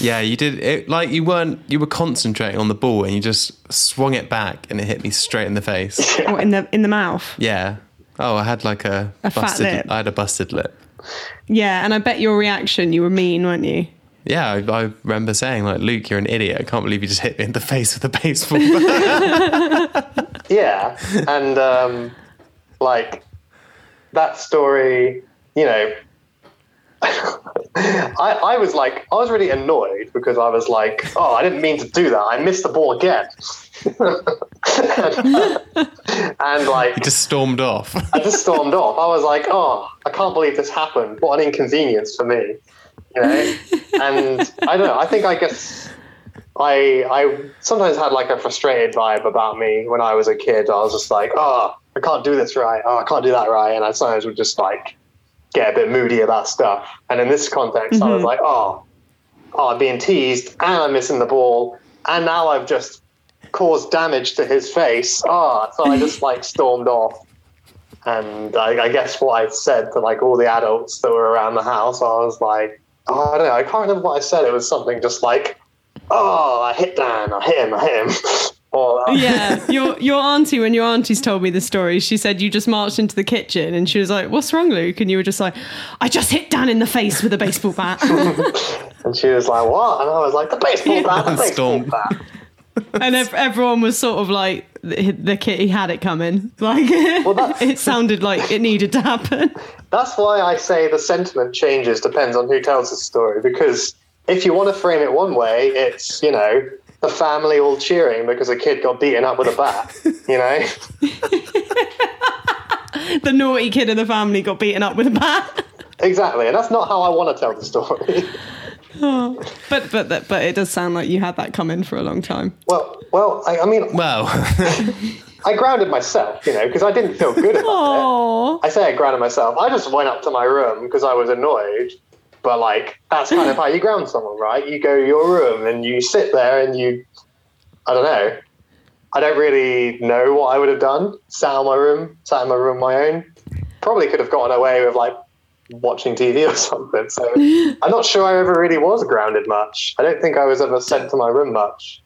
[SPEAKER 1] Yeah, you did it like you weren't you were concentrating on the ball and you just swung it back and it hit me straight in
[SPEAKER 10] [laughs]
[SPEAKER 1] the face.
[SPEAKER 10] Or in the in the mouth.
[SPEAKER 1] Yeah. Oh, I had like a,
[SPEAKER 10] A fat
[SPEAKER 1] busted
[SPEAKER 10] lip.
[SPEAKER 1] I had a busted lip.
[SPEAKER 10] Yeah, and I bet your reaction. You were mean, weren't you?
[SPEAKER 1] Yeah, I, I remember saying like, "Luke, you're an idiot. I can't believe you just hit me in the face with a baseball bat."
[SPEAKER 8] yeah [laughs] and um like that story you know [laughs] I, I was like i was really annoyed because i was like oh i didn't mean to do that i missed the ball again [laughs] and, like
[SPEAKER 1] It just
[SPEAKER 10] [laughs]
[SPEAKER 1] stormed off.
[SPEAKER 8] i just stormed off i was like oh i can't believe this happened what an inconvenience for me you know and i don't know i think i guess I I sometimes had like a frustrated vibe about me when I was a kid. I was just like, oh, I can't do this right. Oh, I can't do that right. And I sometimes would just like get a bit moody about stuff. And in this context, I was like, oh, oh, I'm being teased and I'm missing the ball. And now I've just caused damage to his face. Oh, so I just like stormed off. And I, I guess what I said to like all the adults that were around the house, I was like, oh, I don't know. I can't remember what I said. It was something just like, oh, I hit Dan, I hit him, I hit him. [laughs] Or, uh,
[SPEAKER 10] Yeah, your your auntie when your auntie's told me the story, she said you just marched into the kitchen and she was like, "What's wrong, Luke?" And you were just like, "I just hit Dan in the face with a baseball
[SPEAKER 8] [laughs]
[SPEAKER 10] bat,"
[SPEAKER 8] And she was like, what? And I was like, the baseball bat, the baseball
[SPEAKER 1] Storm.
[SPEAKER 8] bat.
[SPEAKER 10] and ev- everyone was sort of like, "The, the kid, he had it coming." Like, [laughs]
[SPEAKER 8] that's-
[SPEAKER 10] it sounded like it needed to happen. [laughs]
[SPEAKER 8] That's why I say the sentiment changes depends on who tells the story. Because if you want to frame it one way, it's, you know, the family all cheering because a kid got beaten up with a bat, you know? [laughs]
[SPEAKER 10] The naughty kid in the family got beaten up with a bat. [laughs]
[SPEAKER 8] exactly. And that's not how I want to tell the story. [laughs]
[SPEAKER 10] But but that- but it does sound like you had that coming for a long time.
[SPEAKER 8] well, well, I, I mean,
[SPEAKER 1] Well, [laughs]
[SPEAKER 8] I grounded myself, you know, because I didn't feel good about it.
[SPEAKER 10] Oh,
[SPEAKER 8] I say I grounded myself. I just went up to my room because I was annoyed. But like that's kind of how you ground someone, right? You go to your room and you sit there and you I don't know. I don't really know what I would have done. Sat in my room, sat in my room on my own. Probably could have gotten away with like watching TV or something. So I'm not sure I ever really was grounded much. I don't think I was ever sent to my room much.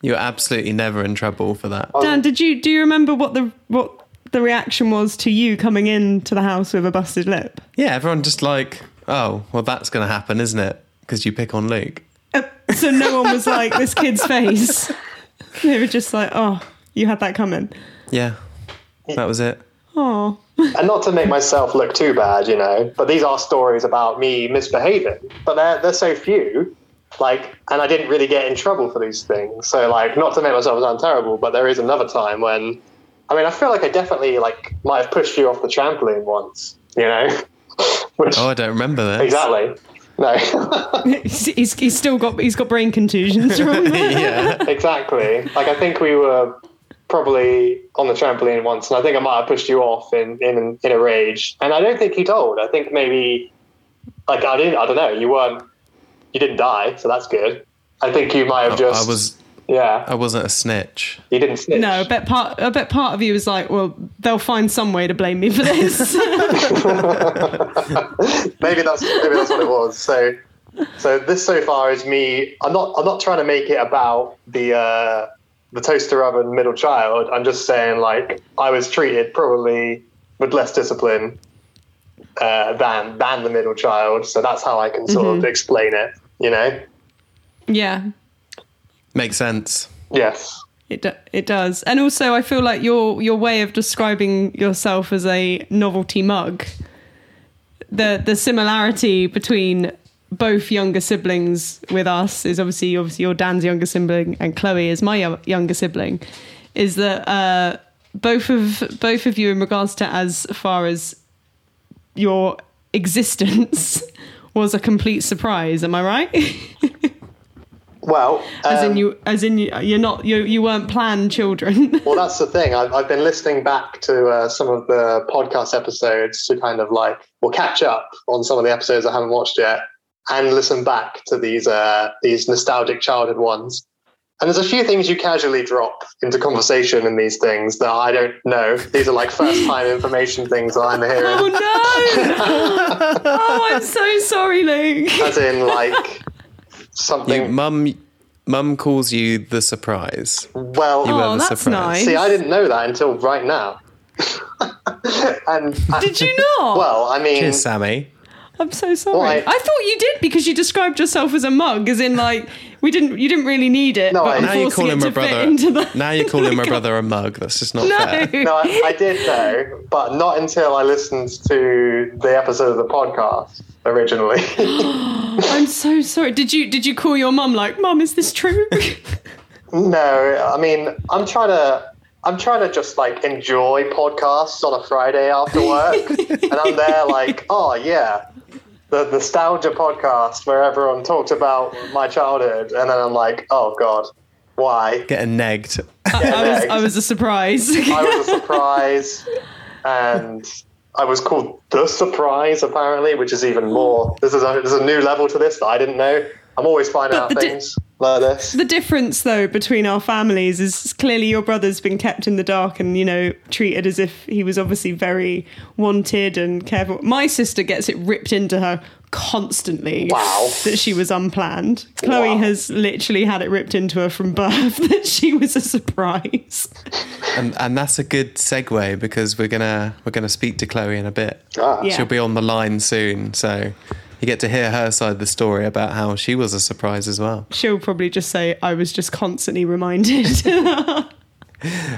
[SPEAKER 1] you're absolutely never in trouble for that.
[SPEAKER 10] Dan, did you do you remember what the what the reaction was to you coming into the house with a busted lip?
[SPEAKER 1] Yeah, everyone just like, "Oh, well, that's going to happen, isn't it?" Because you pick on Luke.
[SPEAKER 9] [laughs]
[SPEAKER 10] So no one was like this kid's face. They were just like, oh, you had that coming.
[SPEAKER 1] Yeah, that was it.
[SPEAKER 10] Oh,
[SPEAKER 8] and not to make myself look too bad, you know, but these are stories about me misbehaving, but they're, they're so few. Like, and I didn't really get in trouble for these things. So, like, not to make myself sound terrible, but there is another time when, I mean, I feel like I definitely like might have pushed you off the trampoline once, you know. [laughs] Which,
[SPEAKER 1] Oh, I don't remember that.
[SPEAKER 8] exactly. No. [laughs]
[SPEAKER 9] He's, he's, he's still got he's got brain contusions [laughs] from that.
[SPEAKER 1] [laughs] yeah.
[SPEAKER 8] exactly. Like I think we were probably on the trampoline once, and I think I might have pushed you off in in, in a rage. And I don't think you told. I think maybe like I didn't. I don't know. You weren't. You didn't die, so that's good. I think you might have just.
[SPEAKER 1] I was.
[SPEAKER 8] Yeah,
[SPEAKER 1] I wasn't a snitch.
[SPEAKER 8] you didn't snitch.
[SPEAKER 9] No, I bet part I bet part of you is like, well, they'll find some way to blame me for this. [laughs]
[SPEAKER 8] [laughs] maybe that's maybe that's what it was. So, so this so far is me. I'm not. I'm not trying to make it about the uh, the toaster oven middle child. I'm just saying like I was treated probably with less discipline uh, than than the middle child. So that's how I can sort
[SPEAKER 9] Mm-hmm.
[SPEAKER 8] of explain it. You know?
[SPEAKER 9] yeah,
[SPEAKER 1] Makes sense.
[SPEAKER 8] Yes.
[SPEAKER 9] It do- it does, and also I feel like your your way of describing yourself as a novelty mug, the the similarity between both younger siblings with us is obviously obviously your Dan's younger sibling and Chloe is my yo- younger sibling, is that uh, both of both of you in regards to as far as your existence [laughs] was a complete surprise. Am I right?
[SPEAKER 8] Well,
[SPEAKER 9] as
[SPEAKER 8] um,
[SPEAKER 9] in you as in you, you're not you you weren't planned children. [laughs]
[SPEAKER 8] well, that's the thing. I've, I've been listening back to uh, some of the podcast episodes to kind of like, well, catch up on some of the episodes I haven't watched yet, and listen back to these uh, these nostalgic childhood ones. And there's a few things you casually drop into conversation in these things that I don't know. These are like first
[SPEAKER 9] [laughs]
[SPEAKER 8] time information things that I'm
[SPEAKER 9] Oh
[SPEAKER 8] hearing,
[SPEAKER 9] no!
[SPEAKER 1] [laughs]
[SPEAKER 9] oh, I'm so sorry, Luke.
[SPEAKER 8] as in like
[SPEAKER 1] You,
[SPEAKER 8] something.
[SPEAKER 1] mum, mum calls you the surprise.
[SPEAKER 8] well,
[SPEAKER 1] You
[SPEAKER 9] Oh,
[SPEAKER 1] were the
[SPEAKER 9] that's
[SPEAKER 1] surprise.
[SPEAKER 9] nice.
[SPEAKER 8] see, I didn't know that until right now. [laughs] and I,
[SPEAKER 9] Did you not?
[SPEAKER 8] well, I mean,
[SPEAKER 9] Mm.
[SPEAKER 1] Cheers, Sammy.
[SPEAKER 9] I'm so sorry.
[SPEAKER 8] Well, I-
[SPEAKER 9] I thought you did because you described yourself as a mug, as in like we didn't. You didn't really need it.
[SPEAKER 8] No,
[SPEAKER 9] but
[SPEAKER 8] I-
[SPEAKER 9] I'm
[SPEAKER 1] Now you're
[SPEAKER 9] forcing
[SPEAKER 1] calling my
[SPEAKER 9] it to fit
[SPEAKER 1] brother.
[SPEAKER 9] into the-
[SPEAKER 1] Now you're calling
[SPEAKER 9] [laughs]
[SPEAKER 1] my brother a mug. That's just not
[SPEAKER 9] No. [laughs]
[SPEAKER 1] fair.
[SPEAKER 8] No, I, I did though, but not until I listened to the episode of the podcast originally. [laughs]
[SPEAKER 9] I'm so sorry. Did you did you call your mum like, mum? Is
[SPEAKER 8] [laughs]
[SPEAKER 9] this true?
[SPEAKER 8] no, I mean, I'm trying to. I'm trying to just like enjoy podcasts on a Friday after work, and I'm there like, oh yeah, the the nostalgia podcast where everyone talked about my childhood, and then I'm like, oh god, why?
[SPEAKER 1] Getting
[SPEAKER 9] [laughs]
[SPEAKER 1] negged.
[SPEAKER 9] I was I was a surprise.
[SPEAKER 8] I was a surprise, and I was called the surprise apparently, which is even more. This is a, there's a new level to this that I didn't know. I'm always finding
[SPEAKER 9] But
[SPEAKER 8] out
[SPEAKER 9] the di-
[SPEAKER 8] things like this.
[SPEAKER 9] the difference though between our families is clearly your brother's been kept in the dark and you know treated as if he was obviously very wanted and careful my sister gets it ripped into her constantly
[SPEAKER 8] Wow.
[SPEAKER 9] that she was unplanned chloe
[SPEAKER 8] Wow.
[SPEAKER 9] has literally had it ripped into her from birth [laughs] that she was a surprise
[SPEAKER 1] And, and that's a good segue because we're gonna we're gonna speak to Chloe in a bit.
[SPEAKER 8] Ah.
[SPEAKER 9] Yeah.
[SPEAKER 1] She'll be on the line soon, so you get to hear her side of the story about how she was a surprise as well.
[SPEAKER 9] she'll probably just say i was just constantly reminded [laughs]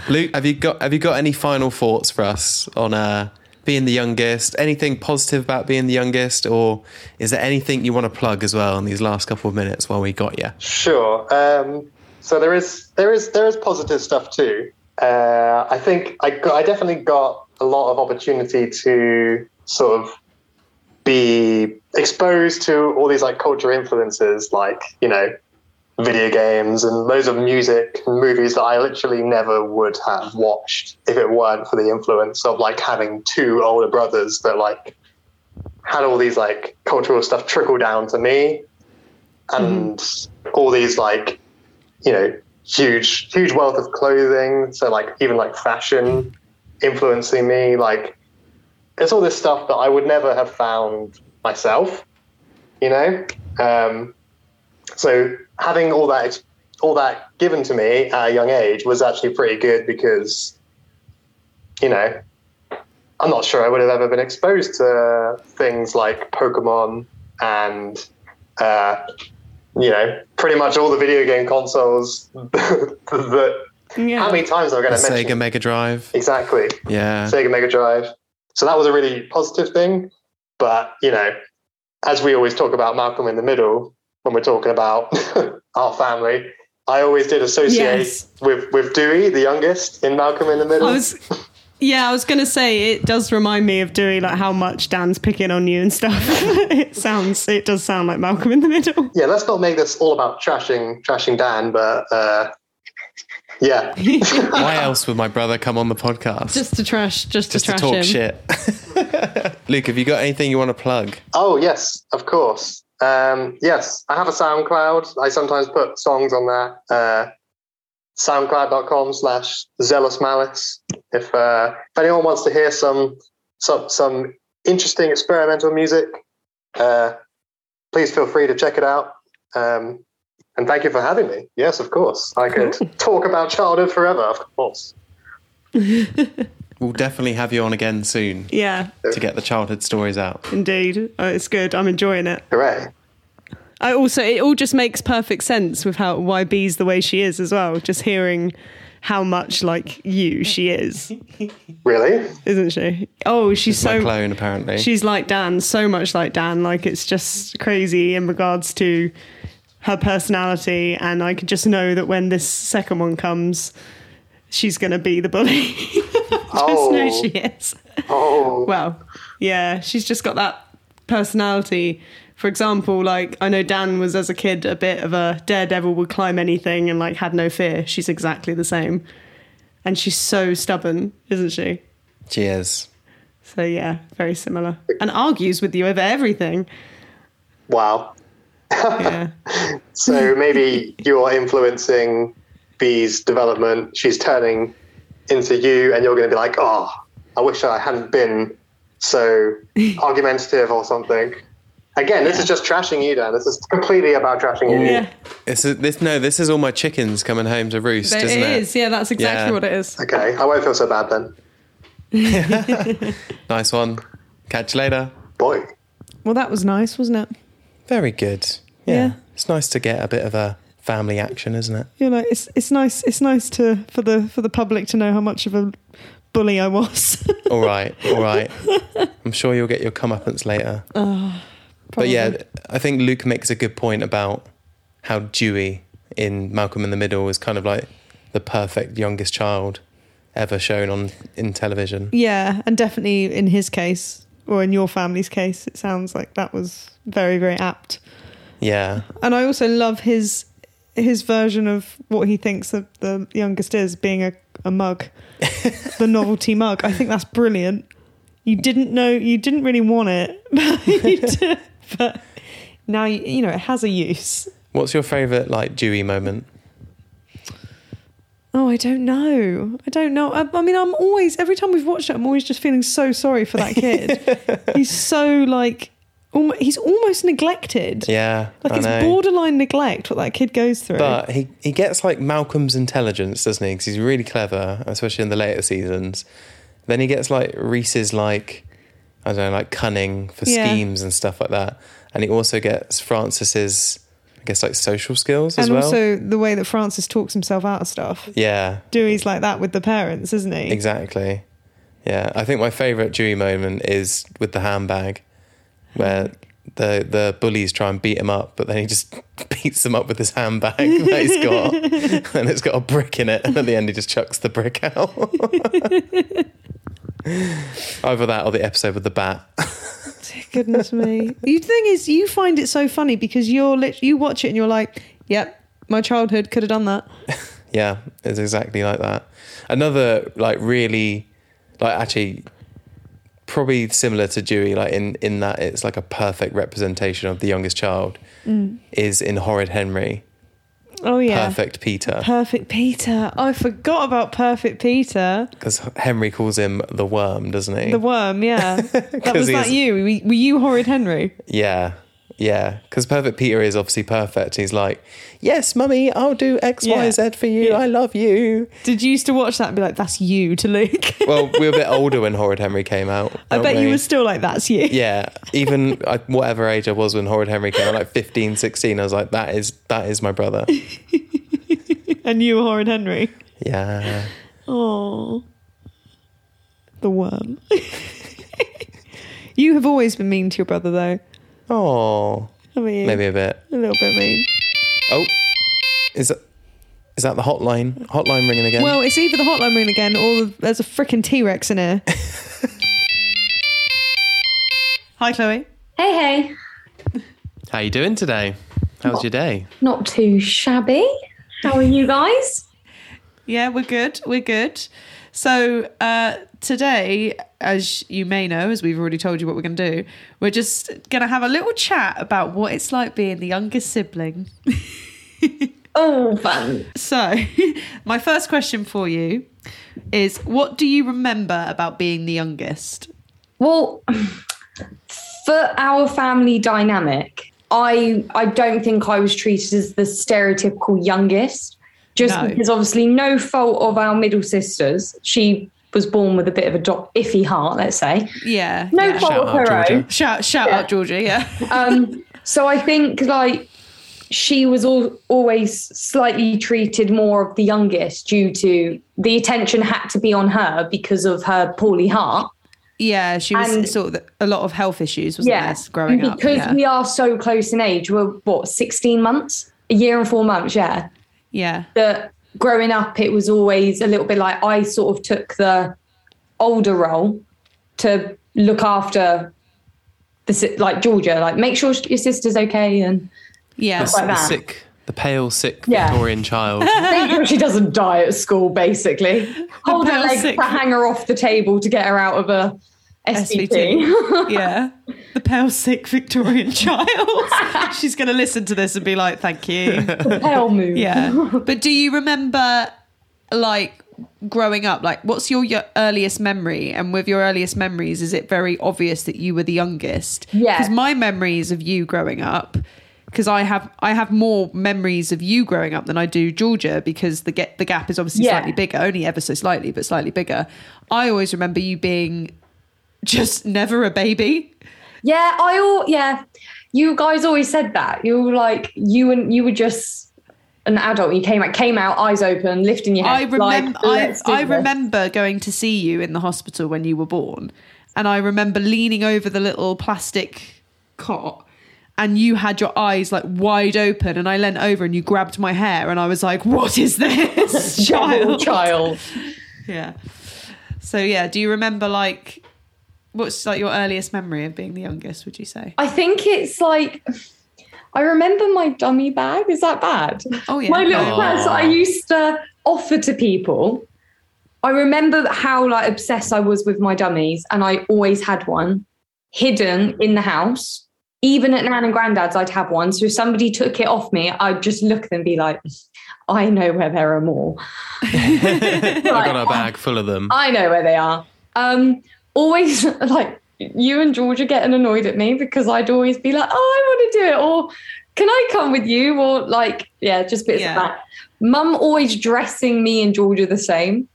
[SPEAKER 1] Luke, have you got have you got any final thoughts for us on uh, being the youngest? Anything positive about being the youngest, or is there anything you want to plug as well in these last couple of minutes while we got you?
[SPEAKER 8] Sure. Um, so there is there is there is positive stuff too. Uh, I think I got, I definitely got a lot of opportunity to sort of be exposed to all these like culture influences, like you know, video games and loads of music and movies that I literally never would have watched if it weren't for the influence of like having two older brothers that like had all these like cultural stuff trickle down to me and all these like you know huge huge wealth of clothing so like even like fashion influencing me like it's all this stuff that i would never have found myself you know um, so having all that ex- all that given to me at a young age was actually pretty good because you know i'm not sure i would have ever been exposed to things like pokemon and uh, you know, pretty much all the video game consoles [laughs] that
[SPEAKER 9] yeah
[SPEAKER 8] how many times am I going to mention?
[SPEAKER 1] Sega Mega Drive.
[SPEAKER 8] Exactly.
[SPEAKER 1] Yeah.
[SPEAKER 8] Sega Mega Drive. So that was a really positive thing. But, you know, as we always talk about Malcolm in the Middle, when we're talking about [laughs] our family, I always did associate
[SPEAKER 9] Yes.
[SPEAKER 8] with, with Dewey, the youngest, in Malcolm in the Middle.
[SPEAKER 9] I was, yeah, I was gonna say it does remind me of Dewey, like how much Dan's picking on you and stuff. [laughs] it sounds, it does sound like Malcolm in the Middle.
[SPEAKER 8] yeah, let's not make this all about trashing trashing Dan, but uh, yeah,
[SPEAKER 1] Why else would my brother come on the podcast?
[SPEAKER 9] Just to trash, just,
[SPEAKER 1] Just
[SPEAKER 9] to
[SPEAKER 1] to
[SPEAKER 9] trash
[SPEAKER 1] talk
[SPEAKER 9] him.
[SPEAKER 1] shit. [laughs] Luke, have you got anything you want to plug?
[SPEAKER 8] Oh yes, of course. Um, yes, I have a SoundCloud. I sometimes put songs on there. Uh, SoundCloud.com slash zealous malice. If uh, if anyone wants to hear some some some interesting experimental music, uh, please feel free to check it out. Um, and thank you for having me. Yes, of course. I could talk about childhood forever, of course.
[SPEAKER 1] We'll definitely have you on again soon
[SPEAKER 9] Yeah,
[SPEAKER 1] to get the childhood stories out.
[SPEAKER 9] indeed, oh, it's good. I'm enjoying it.
[SPEAKER 8] Hooray.
[SPEAKER 9] I also, it all just makes perfect sense with how why Bee's the way she is as well. Just hearing how much like you she is,
[SPEAKER 8] Really?
[SPEAKER 9] isn't she? Oh, she's
[SPEAKER 1] My
[SPEAKER 9] so
[SPEAKER 1] clone, apparently.
[SPEAKER 9] she's like Dan, so much like Dan. Like it's just crazy in regards to her personality, and I could just know that when this second one comes, she's gonna be the bully. [laughs] just know
[SPEAKER 8] Oh,
[SPEAKER 9] she is.
[SPEAKER 8] oh.
[SPEAKER 9] Well, yeah, she's just got that personality. For example, like I know Dan was as a kid a bit of a daredevil, would climb anything and like had no fear. She's exactly the same, and she's so stubborn, isn't she?
[SPEAKER 1] Cheers.
[SPEAKER 9] So yeah, very similar, and argues with you over everything.
[SPEAKER 8] Wow.
[SPEAKER 9] Yeah.
[SPEAKER 8] So maybe you're influencing B's development. She's turning into you, and you're going to be like, oh, I wish I hadn't been so argumentative or something. Again, this is just trashing you, Dan. This is completely about trashing you.
[SPEAKER 9] Yeah,
[SPEAKER 1] It's a, this no, this is all my chickens coming home to roost,
[SPEAKER 9] it
[SPEAKER 1] isn't it?
[SPEAKER 9] is. Yeah, that's exactly
[SPEAKER 1] Yeah.
[SPEAKER 9] what it is.
[SPEAKER 8] Okay, I won't feel so bad then.
[SPEAKER 1] Nice one. Catch you later.
[SPEAKER 8] Boy.
[SPEAKER 9] Well, that was nice, wasn't it?
[SPEAKER 1] Very good. Yeah.
[SPEAKER 9] Yeah.
[SPEAKER 1] It's nice to get a bit of a family action, isn't it? [laughs]
[SPEAKER 9] You know, it's it's nice. It's nice to for the for the public to know how much of a bully
[SPEAKER 7] [laughs]
[SPEAKER 9] I was.
[SPEAKER 1] All right. All right. I'm sure you'll get your comeuppance later. but yeah, I think Luke makes a good point about how Dewey in Malcolm in the Middle is kind of like the perfect youngest child ever shown on in television.
[SPEAKER 9] Yeah, and definitely in his case or in your family's case, it sounds like that was very very apt.
[SPEAKER 1] Yeah.
[SPEAKER 9] And I also love his his version of what he thinks of the youngest is being a,
[SPEAKER 1] [laughs]
[SPEAKER 9] a mug, the novelty mug. I think that's brilliant. You didn't know you didn't really want it, [laughs]
[SPEAKER 1] [laughs]
[SPEAKER 9] but, you did, but now you, you know it has a use.
[SPEAKER 1] What's your favorite like Dewey moment?
[SPEAKER 9] Oh, I don't know. I don't know. I, I mean, I'm always every time we've watched it, I'm always just feeling so sorry for
[SPEAKER 1] [laughs]
[SPEAKER 9] that kid. he's so like, almost, he's almost neglected.
[SPEAKER 1] Yeah.
[SPEAKER 9] like
[SPEAKER 1] I
[SPEAKER 9] it's
[SPEAKER 1] know.
[SPEAKER 9] borderline neglect what that kid goes through.
[SPEAKER 1] But he, he gets like Malcolm's intelligence, doesn't he? Because he's really clever, especially in the later seasons. Then he gets like Reese's like I don't know, like cunning for
[SPEAKER 9] Yeah.
[SPEAKER 1] schemes and stuff like that. And he also gets Francis's, I guess, like social skills as
[SPEAKER 9] and
[SPEAKER 1] well.
[SPEAKER 9] also the way that Francis talks himself out of stuff.
[SPEAKER 1] yeah,
[SPEAKER 9] Dewey's like that with the parents, isn't he?
[SPEAKER 1] exactly. Yeah, I think my favorite Dewey moment is with the handbag, where the the bullies try and beat him up, but then he just [laughs] beats them up with his handbag [laughs] that he's got, and it's got a brick in it, and at the end he just chucks the brick out. [laughs] Either that or the episode with the bat.
[SPEAKER 9] Goodness me. The thing is, you find it so funny because you're lit- you watch it and you're like, yep, my childhood could have done that.
[SPEAKER 1] Yeah, it's exactly like that. Another like really like actually probably similar to Dewey, like in in that it's like a perfect representation of the youngest child is in Horrid Henry.
[SPEAKER 9] Oh Mm. yeah.
[SPEAKER 1] Perfect Peter.
[SPEAKER 9] Perfect Peter. I forgot about Perfect Peter.
[SPEAKER 1] Because Henry calls him the worm, doesn't he?
[SPEAKER 9] The
[SPEAKER 1] [laughs]
[SPEAKER 9] worm, yeah. That
[SPEAKER 1] 'Cause
[SPEAKER 9] was
[SPEAKER 1] he
[SPEAKER 9] that
[SPEAKER 1] is-
[SPEAKER 9] you. Were, were you horrid Henry?
[SPEAKER 1] yeah. Yeah. Because Perfect Peter is obviously perfect. He's like, Yes, mummy, I'll do X, Y,
[SPEAKER 9] Yeah.
[SPEAKER 1] Z for you.
[SPEAKER 9] Yeah.
[SPEAKER 1] I love
[SPEAKER 9] [laughs]
[SPEAKER 1] you.
[SPEAKER 9] Did you used to watch that and be like, that's you to Luke?
[SPEAKER 1] [laughs] Well, we were a bit older when Horrid Henry came out.
[SPEAKER 9] [laughs] I
[SPEAKER 1] weren't
[SPEAKER 9] bet you
[SPEAKER 1] we?
[SPEAKER 9] were still like, that's you.
[SPEAKER 1] yeah even
[SPEAKER 2] [laughs]
[SPEAKER 1] like, whatever age i was when horrid henry came out like 15 16 i was like that is that is my brother
[SPEAKER 9] And you were horrid Henry.
[SPEAKER 1] yeah
[SPEAKER 9] Oh. The worm. [laughs]
[SPEAKER 11] You have always been mean to your brother, though.
[SPEAKER 1] Oh,
[SPEAKER 11] I mean,
[SPEAKER 1] maybe a bit.
[SPEAKER 11] a little bit mean.
[SPEAKER 1] Oh, is that is that the hotline? Hotline ringing again?
[SPEAKER 11] Well, it's either the hotline ring again or the, there's a freaking T Rex in
[SPEAKER 1] [laughs]
[SPEAKER 11] here.
[SPEAKER 2] Hi, Chloe.
[SPEAKER 9] Hey, hey.
[SPEAKER 1] How you doing today? How's your day?
[SPEAKER 9] Not too shabby. How are you guys?
[SPEAKER 2] Yeah, we're good. We're good. So uh, today, as you may know, as we've already told you what we're going to do, we're just going to have a little chat about what it's like being the youngest sibling.
[SPEAKER 9] [laughs] Oh, fun.
[SPEAKER 2] So, [laughs] my first question for you is what do you remember about being the youngest?
[SPEAKER 9] Well, for our family dynamic, I I don't think I was treated as the stereotypical youngest. Just
[SPEAKER 2] No.
[SPEAKER 9] because obviously no fault of our middle sisters. She was born with a bit of a do- iffy heart, let's say.
[SPEAKER 2] Yeah.
[SPEAKER 9] No
[SPEAKER 2] yeah.
[SPEAKER 9] fault
[SPEAKER 1] Shout
[SPEAKER 9] of her
[SPEAKER 1] out,
[SPEAKER 9] own.
[SPEAKER 1] Georgia.
[SPEAKER 2] Shout shout out Georgia, yeah.
[SPEAKER 9] um, so I think like she was all, always slightly treated more of the youngest due to the attention had to be on her because of her poorly heart.
[SPEAKER 2] Yeah, she was
[SPEAKER 9] And-
[SPEAKER 2] sort of a lot of health issues, wasn't there, growing
[SPEAKER 9] and
[SPEAKER 2] up?
[SPEAKER 9] because
[SPEAKER 2] Yeah.
[SPEAKER 9] we are so close in age, we're what sixteen months, a year and four months. Yeah,
[SPEAKER 2] yeah.
[SPEAKER 9] that growing up, it was always a little bit like I sort of took the older role to look after. The, si- like Georgia, like make sure your sister's okay and
[SPEAKER 2] Yeah.
[SPEAKER 9] like
[SPEAKER 1] the
[SPEAKER 9] that.
[SPEAKER 1] sick, the pale, sick
[SPEAKER 9] Yeah.
[SPEAKER 1] Victorian
[SPEAKER 2] [laughs]
[SPEAKER 1] child. [laughs]
[SPEAKER 9] Make sure she doesn't die at school, basically. Hold her
[SPEAKER 2] pale
[SPEAKER 9] legs
[SPEAKER 2] sick-
[SPEAKER 9] to hang her off the table to get her out of a SVT.
[SPEAKER 2] yeah. The pale, sick Victorian [laughs] child. She's going to listen to this and be like, thank you.
[SPEAKER 9] [laughs]
[SPEAKER 2] [laughs]
[SPEAKER 9] Hell move.
[SPEAKER 2] Yeah. But do you remember, like, growing up? Like, what's your, yo- earliest memory? And with your earliest memories, is it very obvious that you were the youngest?
[SPEAKER 9] Yeah.
[SPEAKER 2] Because my memories of you growing up. Because I have I have more memories of you growing up than I do Georgia because the get the gap is obviously
[SPEAKER 9] Yeah.
[SPEAKER 2] slightly bigger, only ever so slightly, but slightly bigger. I always remember you being just never a baby.
[SPEAKER 9] Yeah, I all yeah. You guys always said that. You were like you and you were just an adult. You came out came out, eyes open, lifting your head.
[SPEAKER 2] I remember.
[SPEAKER 9] like, let's do
[SPEAKER 2] I, I
[SPEAKER 9] this.
[SPEAKER 2] remember going to see you in the hospital when you were born, and I remember leaning over the little plastic cot, and you had your eyes like wide open, and I leant over and you grabbed my hair, and I was like, "What is [laughs] this,
[SPEAKER 9] Devil
[SPEAKER 2] child?"
[SPEAKER 9] child.
[SPEAKER 2] Yeah. So yeah, do you remember like what's like your earliest memory of being the youngest? Would you say?
[SPEAKER 9] [laughs] I think it's like I remember my dummy bag. Is that bad?
[SPEAKER 2] Oh, yeah.
[SPEAKER 9] My little
[SPEAKER 1] Oh.
[SPEAKER 9] purse that I used to offer to people. I remember how like obsessed I was with my dummies, and I always had one hidden in the house. Even at nan and granddad's, I'd have one. So if somebody took it off me, I'd just look at them and be like, "I know where there are more."
[SPEAKER 1] I've got a bag full of them.
[SPEAKER 9] I know where they are. Um, always [laughs] like you and Georgia getting annoyed at me because I'd always be like, "Oh, I want to do it," or "Can I come with you?" Or like, yeah, just bits
[SPEAKER 2] Yeah.
[SPEAKER 9] of that. Mum always dressing me and Georgia the same.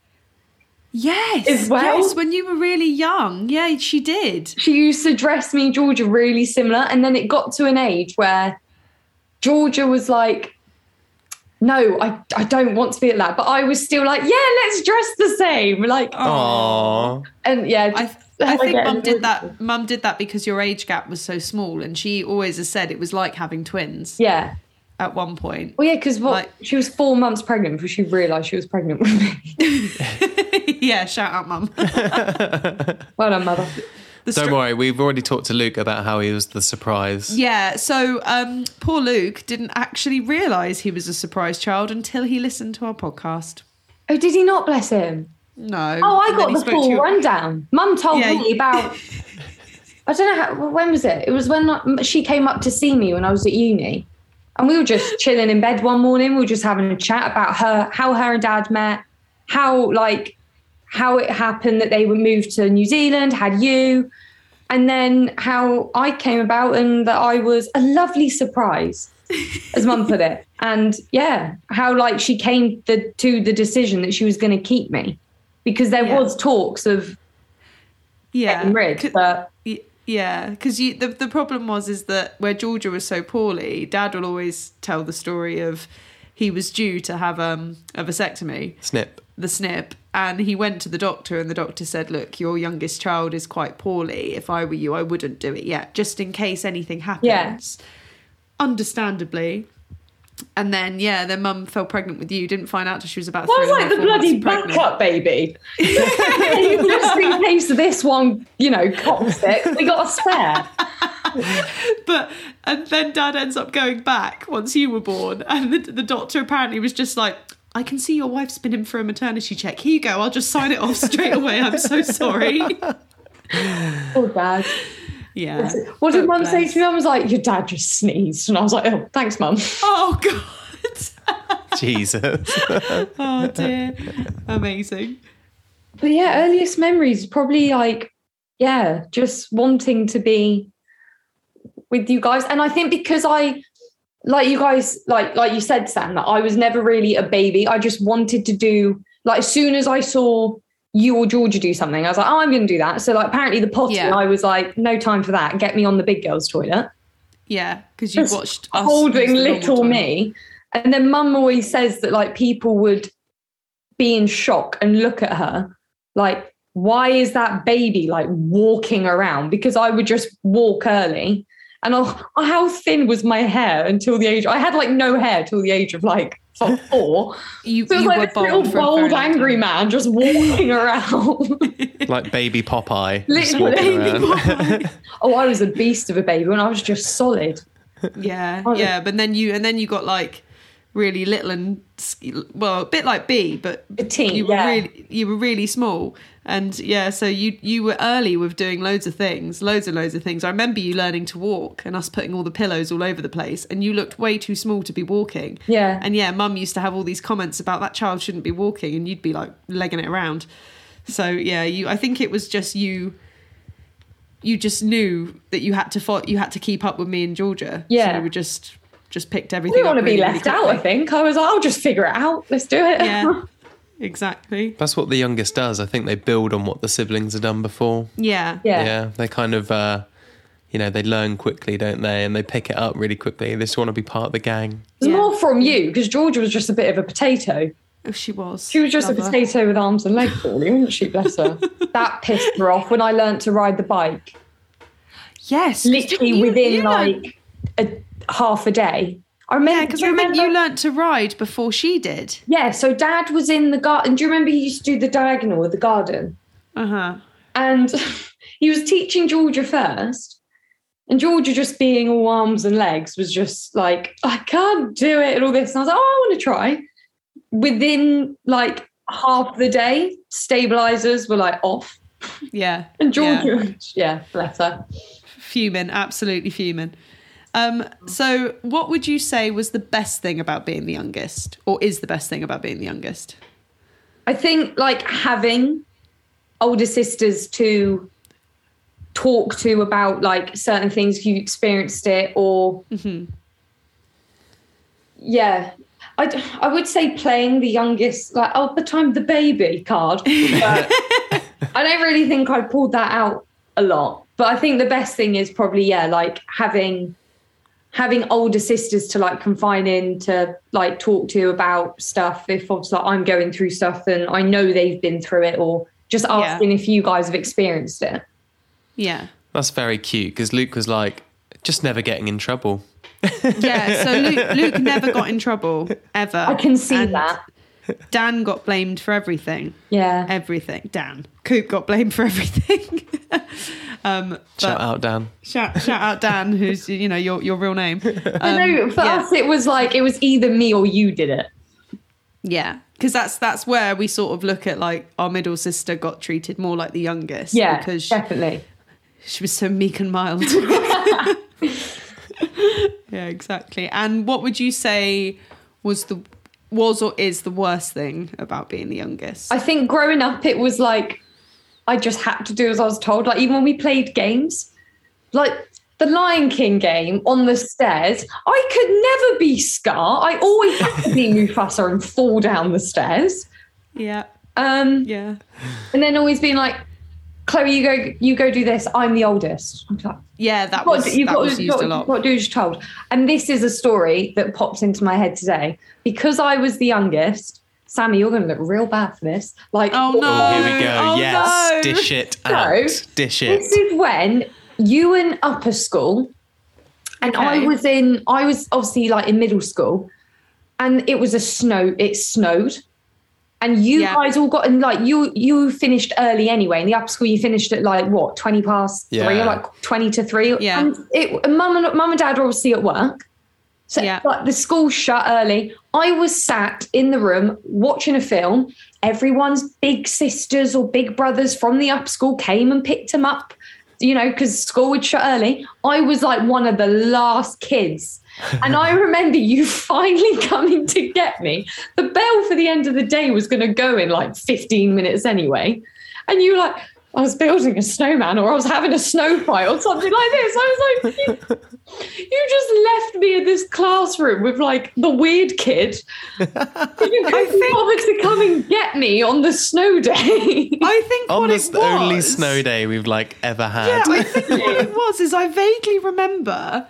[SPEAKER 2] Yes.
[SPEAKER 9] As well?
[SPEAKER 2] Yes, when you were really young. Yeah, she did.
[SPEAKER 9] She used to dress me and Georgia really similar, and then it got to an age where Georgia was like. No, I, I don't want to be at that. But I was still like, yeah, let's dress the same. Like,
[SPEAKER 1] Aww.
[SPEAKER 9] and yeah,
[SPEAKER 2] Oh, I,
[SPEAKER 9] just how [laughs]
[SPEAKER 2] I think
[SPEAKER 9] get
[SPEAKER 2] mum
[SPEAKER 9] annoyed.
[SPEAKER 2] did that. Mum did that because your age gap was so small, and she always has said it was like having twins
[SPEAKER 9] Yeah.
[SPEAKER 2] at one point. [laughs]
[SPEAKER 9] Well, yeah, because what
[SPEAKER 2] Like-
[SPEAKER 9] she was four months pregnant before she realised she was pregnant with me. [laughs]
[SPEAKER 2] yeah, shout out, mum. [laughs]
[SPEAKER 9] well done, mother.
[SPEAKER 2] The
[SPEAKER 1] Don't
[SPEAKER 2] str-
[SPEAKER 1] worry, we've already talked to Luke about how he was the surprise.
[SPEAKER 2] Yeah, so um, poor Luke didn't actually realise he was a surprise child until he listened to our podcast.
[SPEAKER 9] Oh, did he not bless him?
[SPEAKER 2] No.
[SPEAKER 9] Oh, I
[SPEAKER 2] And then
[SPEAKER 9] got
[SPEAKER 2] he
[SPEAKER 9] the
[SPEAKER 2] spoke to
[SPEAKER 9] full
[SPEAKER 2] your-
[SPEAKER 9] rundown. Mum told
[SPEAKER 2] Yeah,
[SPEAKER 9] me
[SPEAKER 2] you- [laughs]
[SPEAKER 9] about. I don't know how, when was it. It was when like, she came up to see me when I was at uni, and we were just chilling in bed one morning. We were just having a chat about her, how her and dad met, how like how it happened that they were moved to New Zealand, had you, and then how I came about and that I was a lovely surprise, as mum
[SPEAKER 2] [laughs]
[SPEAKER 9] put it. And yeah, how like she came the, to the decision that she was going to keep me because there
[SPEAKER 2] Yeah.
[SPEAKER 9] was talks of
[SPEAKER 2] Yeah.
[SPEAKER 9] getting rid,
[SPEAKER 2] C-
[SPEAKER 9] but
[SPEAKER 2] Y- Yeah, because you the, the problem was is that where Georgia was so poorly, Dad will always tell the story of he was due to have um a vasectomy,
[SPEAKER 1] Snip.
[SPEAKER 2] the snip and he went to the doctor and the doctor said look your youngest child is quite poorly if i were you i wouldn't do it yet just in case anything happens understandably and then yeah their mum fell pregnant with you didn't find out till she was about
[SPEAKER 9] Well,
[SPEAKER 2] three
[SPEAKER 9] it's
[SPEAKER 2] and a
[SPEAKER 9] like the
[SPEAKER 2] half, four
[SPEAKER 9] bloody
[SPEAKER 2] months pregnant. [laughs]
[SPEAKER 9] backup baby. [laughs] Just in case this one, you know, cops it, we got a spare.
[SPEAKER 2] but and then dad ends up going back once you were born and the, the doctor apparently was just like i can see your wife's been in for a maternity check here you go i'll just sign it off straight away i'm so
[SPEAKER 9] [laughs]
[SPEAKER 2] sorry
[SPEAKER 9] Oh, dad.
[SPEAKER 2] yeah
[SPEAKER 9] What did mum say to me? Mum was like, your dad just sneezed. And I was like, oh, thanks, mum.
[SPEAKER 2] Oh, God. [laughs]
[SPEAKER 1] Jesus.
[SPEAKER 2] oh dear amazing
[SPEAKER 9] But yeah, earliest memories probably like, yeah, just wanting to be with you guys. And I think because I like you guys, like like you said, Sam, that I was never really a baby. I just wanted to do like as soon as I saw you or Georgia do something, I was like, oh, I'm gonna do that. So like apparently the potty,
[SPEAKER 2] Yeah.
[SPEAKER 9] I was like, no time for that. Get me on the big girls' toilet.
[SPEAKER 2] yeah because you watched us
[SPEAKER 9] holding
[SPEAKER 2] use the normal
[SPEAKER 9] little
[SPEAKER 2] toilet.
[SPEAKER 9] me. And then mum always says that like people would be in shock and look at her like, why is that baby like walking around? Because I would just walk early. And oh, how thin was my hair until the age? I had like no hair till the age
[SPEAKER 2] [laughs]
[SPEAKER 9] of like four.
[SPEAKER 2] you,
[SPEAKER 9] so it was
[SPEAKER 2] you
[SPEAKER 9] like
[SPEAKER 2] were
[SPEAKER 9] this
[SPEAKER 2] bald
[SPEAKER 9] little
[SPEAKER 2] for a very
[SPEAKER 9] bold,
[SPEAKER 2] long
[SPEAKER 9] angry man
[SPEAKER 2] [laughs]
[SPEAKER 9] just walking around.
[SPEAKER 1] like baby Popeye. just
[SPEAKER 9] Literally.
[SPEAKER 1] walking
[SPEAKER 9] Baby
[SPEAKER 1] around.
[SPEAKER 9] oh, I was a beast of a baby when I was just solid.
[SPEAKER 2] yeah
[SPEAKER 9] Oh,
[SPEAKER 2] yeah but then you and then you got like really little and s- well a bit like b but
[SPEAKER 9] Petite,
[SPEAKER 2] you were
[SPEAKER 9] yeah.
[SPEAKER 2] really you were really small and yeah so you you were early with doing loads of things loads and loads of things i remember you learning to walk and us putting all the pillows all over the place and you looked way too small to be walking
[SPEAKER 9] Yeah.
[SPEAKER 2] and yeah mum used to have all these comments about that child shouldn't be walking and you'd be like legging it around so yeah you i think it was just you you just knew that you had to fought, you had to keep up with me and Georgia.
[SPEAKER 9] Yeah.
[SPEAKER 2] so we just just picked
[SPEAKER 9] I
[SPEAKER 2] everything.
[SPEAKER 9] didn't want
[SPEAKER 2] up
[SPEAKER 9] to be
[SPEAKER 2] really,
[SPEAKER 9] left
[SPEAKER 2] really
[SPEAKER 9] out, I
[SPEAKER 2] quickly.
[SPEAKER 9] think. I was like, I'll just figure it out. Let's do it. [laughs]
[SPEAKER 2] Yeah, exactly.
[SPEAKER 1] [laughs] That's what the youngest does. I think they build on what the siblings have done before.
[SPEAKER 2] Yeah,
[SPEAKER 1] they kind of, uh, you know, they learn quickly, don't they? And they pick it up really quickly. They just want to be part of the gang.
[SPEAKER 9] It's more from you because Georgia was just a bit of a potato.
[SPEAKER 2] Oh, she was.
[SPEAKER 9] She was just a
[SPEAKER 2] Love her.
[SPEAKER 9] potato with arms and legs, really, wasn't she?
[SPEAKER 2] [laughs]
[SPEAKER 9] Bless her. that pissed her off when I learnt to ride the bike.
[SPEAKER 2] Yes,
[SPEAKER 9] literally within like a half a day. I remember
[SPEAKER 2] Because I remember you learnt to ride before she did.
[SPEAKER 9] Yeah, so dad was in the garden. Do you remember he used to do the diagonal of the garden?
[SPEAKER 2] Uh
[SPEAKER 9] Uh-huh.
[SPEAKER 2] huh.
[SPEAKER 9] And [laughs] he was teaching Georgia first. And Georgia just being all arms and legs was just like, I can't do it and all this. And I was like, oh, I want to try. Within like half the day, stabilizers were like off.
[SPEAKER 2] Yeah,
[SPEAKER 9] And
[SPEAKER 2] yeah.
[SPEAKER 9] Georgia, [laughs] yeah, bless her.
[SPEAKER 2] fuming, absolutely fuming. Um, so, what would you say was the best thing about being the youngest, or is the best thing about being the youngest?
[SPEAKER 9] I think like having older sisters to talk to about like certain things you experienced it or yeah I, d- I would say playing the youngest like oh but I'm the baby card but I don't really think I pulled that out a lot but I think the best thing is probably yeah like having having older sisters to like confine in to like talk to about stuff if obviously like, I'm going through stuff and I know they've been through it or just asking if you guys have experienced it. [laughs]
[SPEAKER 2] Yeah.
[SPEAKER 1] That's very cute because Luke was like, just never getting in trouble.
[SPEAKER 2] Yeah, so Luke, Luke never got in trouble ever. I
[SPEAKER 9] can see that.
[SPEAKER 2] Dan got blamed for everything.
[SPEAKER 9] Yeah.
[SPEAKER 2] Everything. Dan. Coop got blamed for everything. [laughs] um,
[SPEAKER 1] Shout
[SPEAKER 2] but-
[SPEAKER 1] out, Dan.
[SPEAKER 2] Shout, shout out Dan, who's you know your your real name.
[SPEAKER 9] I
[SPEAKER 2] Um,
[SPEAKER 9] know for
[SPEAKER 2] yeah.
[SPEAKER 9] us it was like it was either me or you did it.
[SPEAKER 2] Yeah, because that's that's where we sort of look at like our middle sister got treated more like the youngest.
[SPEAKER 9] Yeah,
[SPEAKER 2] because she-
[SPEAKER 9] definitely.
[SPEAKER 2] she was so meek and
[SPEAKER 9] [laughs]
[SPEAKER 2] mild. [laughs] yeah, exactly. And what would you say was the was or is the worst thing about being the youngest?
[SPEAKER 9] I think growing up, it was like I just had to do as I was told. Like even when we played games, like the Lion King game on the stairs, I could never be Scar. I always had
[SPEAKER 2] [laughs]
[SPEAKER 9] to be Mufasa and fall down the stairs.
[SPEAKER 2] Yeah.
[SPEAKER 9] Um,
[SPEAKER 2] yeah.
[SPEAKER 9] And then always being like, Chloe, you go, you go do this. I'm the oldest. I'm like,
[SPEAKER 2] Yeah, that
[SPEAKER 9] What
[SPEAKER 2] was
[SPEAKER 9] do- you've
[SPEAKER 2] that
[SPEAKER 9] got
[SPEAKER 2] was
[SPEAKER 9] to-
[SPEAKER 2] used
[SPEAKER 9] got-
[SPEAKER 2] a lot.
[SPEAKER 9] got to do as you're told. And this is a story that popped into my head today because I was the youngest. Sammy, you're going to look real bad for this. Like,
[SPEAKER 2] oh
[SPEAKER 1] no, oh, here we go. Oh, yes, no. dish it out,
[SPEAKER 9] So,
[SPEAKER 1] dish it.
[SPEAKER 2] Oh,
[SPEAKER 9] This is when you were in upper school, and I was in. I was obviously like in middle school, and it was a snow. It snowed, and you
[SPEAKER 2] Yeah.
[SPEAKER 9] guys all got in. Like you, you finished early anyway. In the upper school, you finished at like what twenty past three,
[SPEAKER 2] Yeah.
[SPEAKER 9] or like twenty to three.
[SPEAKER 2] Yeah.
[SPEAKER 9] And it, and mum and mum and dad were obviously at work. So like the school shut early. I was sat in the room watching a film. Everyone's big sisters or big brothers from the up school came and picked him up, you know, because school would shut early. I was like one of the last kids. And I remember you finally [laughs] coming to get me. The bell for the end of the day was going to go in like 15 minutes anyway. And you were like, I was building a snowman or I was having a snow fight or something like this. I was like, you just left me in this classroom with like the weird kid. you couldn't bother to come and get me on the snow day. [laughs] I
[SPEAKER 2] think
[SPEAKER 1] On
[SPEAKER 2] what
[SPEAKER 1] this
[SPEAKER 2] it
[SPEAKER 1] only
[SPEAKER 2] was-
[SPEAKER 1] snow day we've like ever had.
[SPEAKER 2] Yeah, I think what it was is I vaguely remember.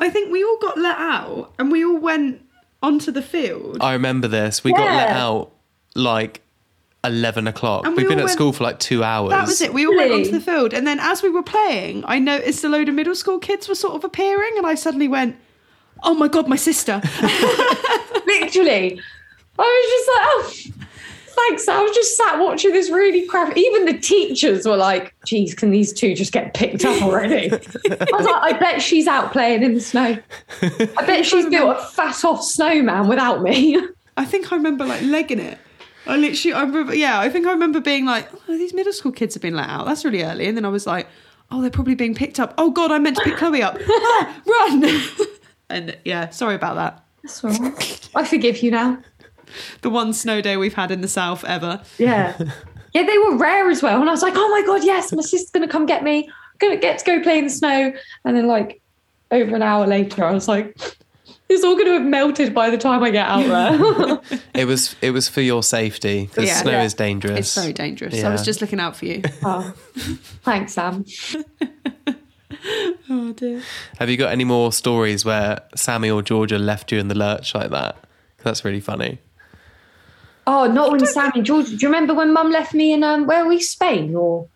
[SPEAKER 2] I think we all got let out and we all went onto the field.
[SPEAKER 1] I remember this. We got
[SPEAKER 2] Yeah.
[SPEAKER 1] let out like eleven o'clock.
[SPEAKER 2] And we
[SPEAKER 1] We've been
[SPEAKER 2] all
[SPEAKER 1] at
[SPEAKER 2] went-
[SPEAKER 1] school for like two hours.
[SPEAKER 2] That was it. We all went onto the field, and then as we were playing, I noticed a load of middle school kids were sort of appearing, and I suddenly went, "Oh my god, my sister!"
[SPEAKER 9] Literally, I was just like, oh, thanks. I was just sat watching this really crap. Even the teachers were like, geez, can these two just get picked up already? I was like, I bet she's out playing in the snow. I bet she's built a fat off snowman without me. [laughs]
[SPEAKER 2] I think I remember like legging it. I literally, I remember, yeah, I think I remember being like, oh, these middle school kids have been let out. That's really early. And then I was like, oh, they're probably being picked up. Oh, God, I meant to pick Chloe up. [laughs] Ah, run. [laughs] and yeah, sorry about that.
[SPEAKER 9] That's all right. I forgive you now.
[SPEAKER 2] The one snow day we've had in the South ever.
[SPEAKER 9] Yeah. Yeah, they were rare as well. And I was like, oh my God, yes, my sister's going to come get me. going to get to go play in the snow. And then, like, over an hour later, I was like, it's all going to have melted by the time I get out
[SPEAKER 2] [laughs]
[SPEAKER 9] there. [laughs]
[SPEAKER 1] It was it was for your safety because
[SPEAKER 2] Yeah.
[SPEAKER 1] snow
[SPEAKER 2] Yeah.
[SPEAKER 1] is dangerous.
[SPEAKER 2] It's very dangerous. I was
[SPEAKER 1] Yeah.
[SPEAKER 2] just looking out for you.
[SPEAKER 9] oh, thanks, Sam.
[SPEAKER 2] oh, dear.
[SPEAKER 1] Have you got any more stories where Sammy or Georgia left you in the lurch like that? 'Cause That's really funny.
[SPEAKER 9] Oh, not when Sammy George. Do you remember when Mum left me in, um, where were we, Spain? Or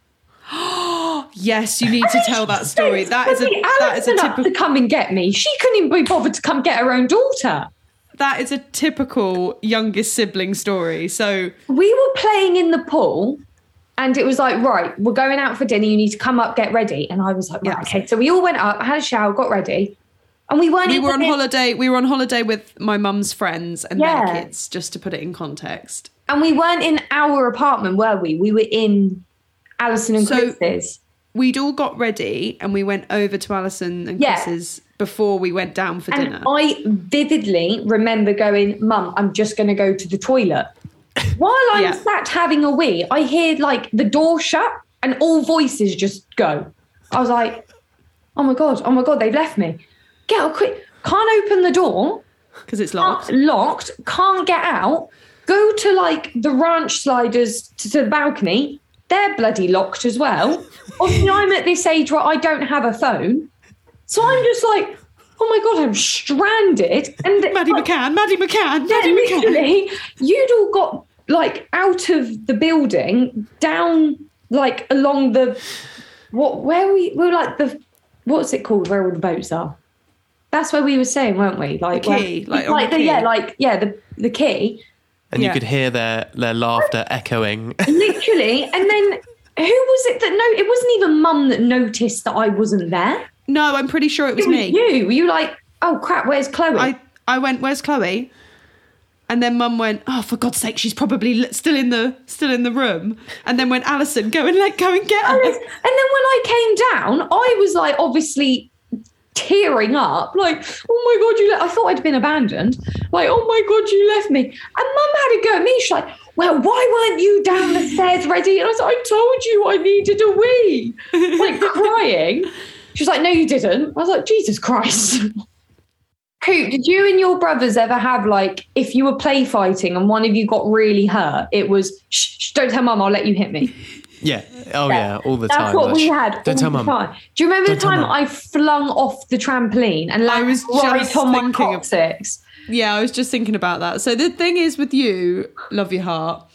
[SPEAKER 2] Yes, you need to tell that story. That is a,
[SPEAKER 9] Alison
[SPEAKER 2] that is a
[SPEAKER 9] up
[SPEAKER 2] typical.
[SPEAKER 9] to come and get me. She couldn't even be bothered to come get her own daughter.
[SPEAKER 2] That is a typical youngest sibling story. So
[SPEAKER 9] we were playing in the pool and it was like, right, we're going out for dinner. You need to come up, get ready. And I was like, right, okay. So we all went up, had a shower, got ready. And we weren't
[SPEAKER 2] we
[SPEAKER 9] even
[SPEAKER 2] were on
[SPEAKER 9] in-
[SPEAKER 2] holiday. We were on holiday with my mum's friends and
[SPEAKER 9] Yeah.
[SPEAKER 2] their kids, just to put it in context.
[SPEAKER 9] And we weren't in our apartment, were we? We were in Alison and
[SPEAKER 2] So-
[SPEAKER 9] Chris's.
[SPEAKER 2] We'd all got ready and we went over to Alison and
[SPEAKER 9] Yeah.
[SPEAKER 2] Chris's before we went down for
[SPEAKER 9] And
[SPEAKER 2] dinner.
[SPEAKER 9] I vividly remember going, Mum, I'm just going to go to the toilet. While I'm sat having a wee, I hear like the door shut and all voices just go. I was like, oh my God, oh my God, they've left me. Get out quick. Can't open the door.
[SPEAKER 2] Because it's
[SPEAKER 9] Oh,
[SPEAKER 2] locked.
[SPEAKER 9] Locked. Can't get out. Go to like the ranch sliders to, to the balcony. They're bloody locked as well. Obviously, I'm at this age where I don't have a phone. So I'm just like, oh my god, I'm stranded. And Maddie
[SPEAKER 2] McCann, Maddie McCann,
[SPEAKER 9] Maddie McCann. You'd all got like out of the building, down like along the what? Where we we were like the what's it called? Where all the boats are. That's where we were saying, weren't we? Like
[SPEAKER 2] The key,
[SPEAKER 9] where-
[SPEAKER 2] like, on the
[SPEAKER 9] the, yeah,
[SPEAKER 2] key.
[SPEAKER 9] like yeah, the the key.
[SPEAKER 1] And
[SPEAKER 9] Yeah.
[SPEAKER 1] you could hear their their laughter echoing.
[SPEAKER 9] Literally, and then. Who was it that no? It wasn't even mum that noticed that I wasn't there.
[SPEAKER 2] No, I'm pretty sure it was me.
[SPEAKER 9] You, were you like, oh crap, where's Chloe?
[SPEAKER 2] I, I went, where's Chloe? And then Mum went, oh for God's sake, she's probably li- still in the still in the room. And then went, Alison, go and let go and get her.
[SPEAKER 9] And then when I came down, I was like obviously tearing up, like, oh my god, you! Le-. I thought I'd been abandoned. Like, oh my god, you left me. And Mum had a go at me. She's like, well, why weren't you down the stairs ready? And I was like, I told you I needed a wee, like crying. She was like, no, you didn't. I was like, Jesus Christ. [laughs] Coop, did you and your brothers ever have like if you were play fighting and one of you got really hurt, it was shh, shh don't tell mum, I'll let you hit me.
[SPEAKER 1] Yeah. Oh yeah, all the
[SPEAKER 9] That's
[SPEAKER 1] time.
[SPEAKER 9] what we
[SPEAKER 1] Ash.
[SPEAKER 9] had.
[SPEAKER 1] Don't
[SPEAKER 9] all
[SPEAKER 1] tell
[SPEAKER 9] the
[SPEAKER 1] mum.
[SPEAKER 9] time. Do you remember
[SPEAKER 1] Don't
[SPEAKER 9] the
[SPEAKER 1] tell
[SPEAKER 9] time
[SPEAKER 1] Mum.
[SPEAKER 9] I flung off the trampoline and I was right
[SPEAKER 2] just
[SPEAKER 9] on my
[SPEAKER 2] thinking
[SPEAKER 9] coccyx?
[SPEAKER 2] of- Yeah, I was just thinking about that. So the thing is with you, love your heart,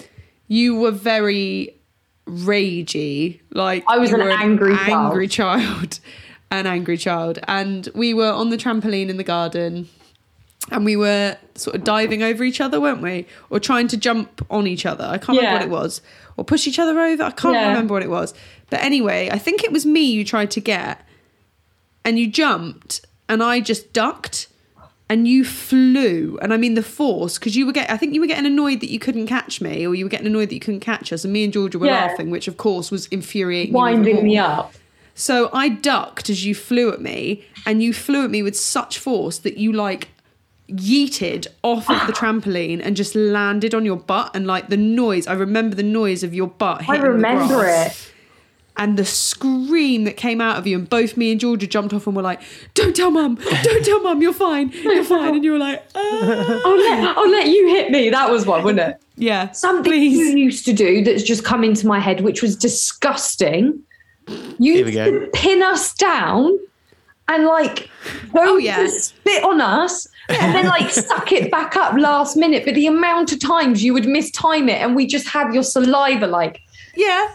[SPEAKER 2] you were very ragey. Like
[SPEAKER 9] I was
[SPEAKER 2] you
[SPEAKER 9] an
[SPEAKER 2] were
[SPEAKER 9] angry child.
[SPEAKER 2] angry child, [laughs] an angry child, and we were on the trampoline in the garden, and we were sort of diving over each other, weren't we? Or trying to jump on each other. I can't
[SPEAKER 9] Yeah.
[SPEAKER 2] remember what it was. Or push each other over. I can't
[SPEAKER 9] Yeah.
[SPEAKER 2] remember what it was. But anyway, I think it was me you tried to get and you jumped and I just ducked and you flew and I mean the force because you were get I think you were getting annoyed that you couldn't catch me or you were getting annoyed that you couldn't catch us and me and Georgia were
[SPEAKER 9] Yeah.
[SPEAKER 2] laughing which of course was infuriating you even
[SPEAKER 9] Winding me
[SPEAKER 2] more.
[SPEAKER 9] up.
[SPEAKER 2] so I ducked as you flew at me and you flew at me with such force that you like yeeted off of the
[SPEAKER 9] [sighs]
[SPEAKER 2] trampoline and just landed on your butt and like the noise I remember the noise of your butt
[SPEAKER 9] I
[SPEAKER 2] hitting the
[SPEAKER 9] remember
[SPEAKER 2] grass
[SPEAKER 9] it.
[SPEAKER 2] and the scream that came out of you and both me and Georgia jumped off and were like don't tell mum don't tell mum you're fine you're fine and you were like "Ah."
[SPEAKER 9] [laughs] I'll let, I'll let you hit me. That was one, wouldn't it?
[SPEAKER 1] [laughs]
[SPEAKER 2] Yeah.
[SPEAKER 9] Something you used to do that's just come into my head, which was disgusting. You
[SPEAKER 1] Here we go.
[SPEAKER 9] used to pin us down and like go
[SPEAKER 1] Oh,
[SPEAKER 9] to spit on us and
[SPEAKER 1] [laughs]
[SPEAKER 9] then like suck it back up last minute. But the amount of times you would mistime it and we just have your saliva like
[SPEAKER 2] yeah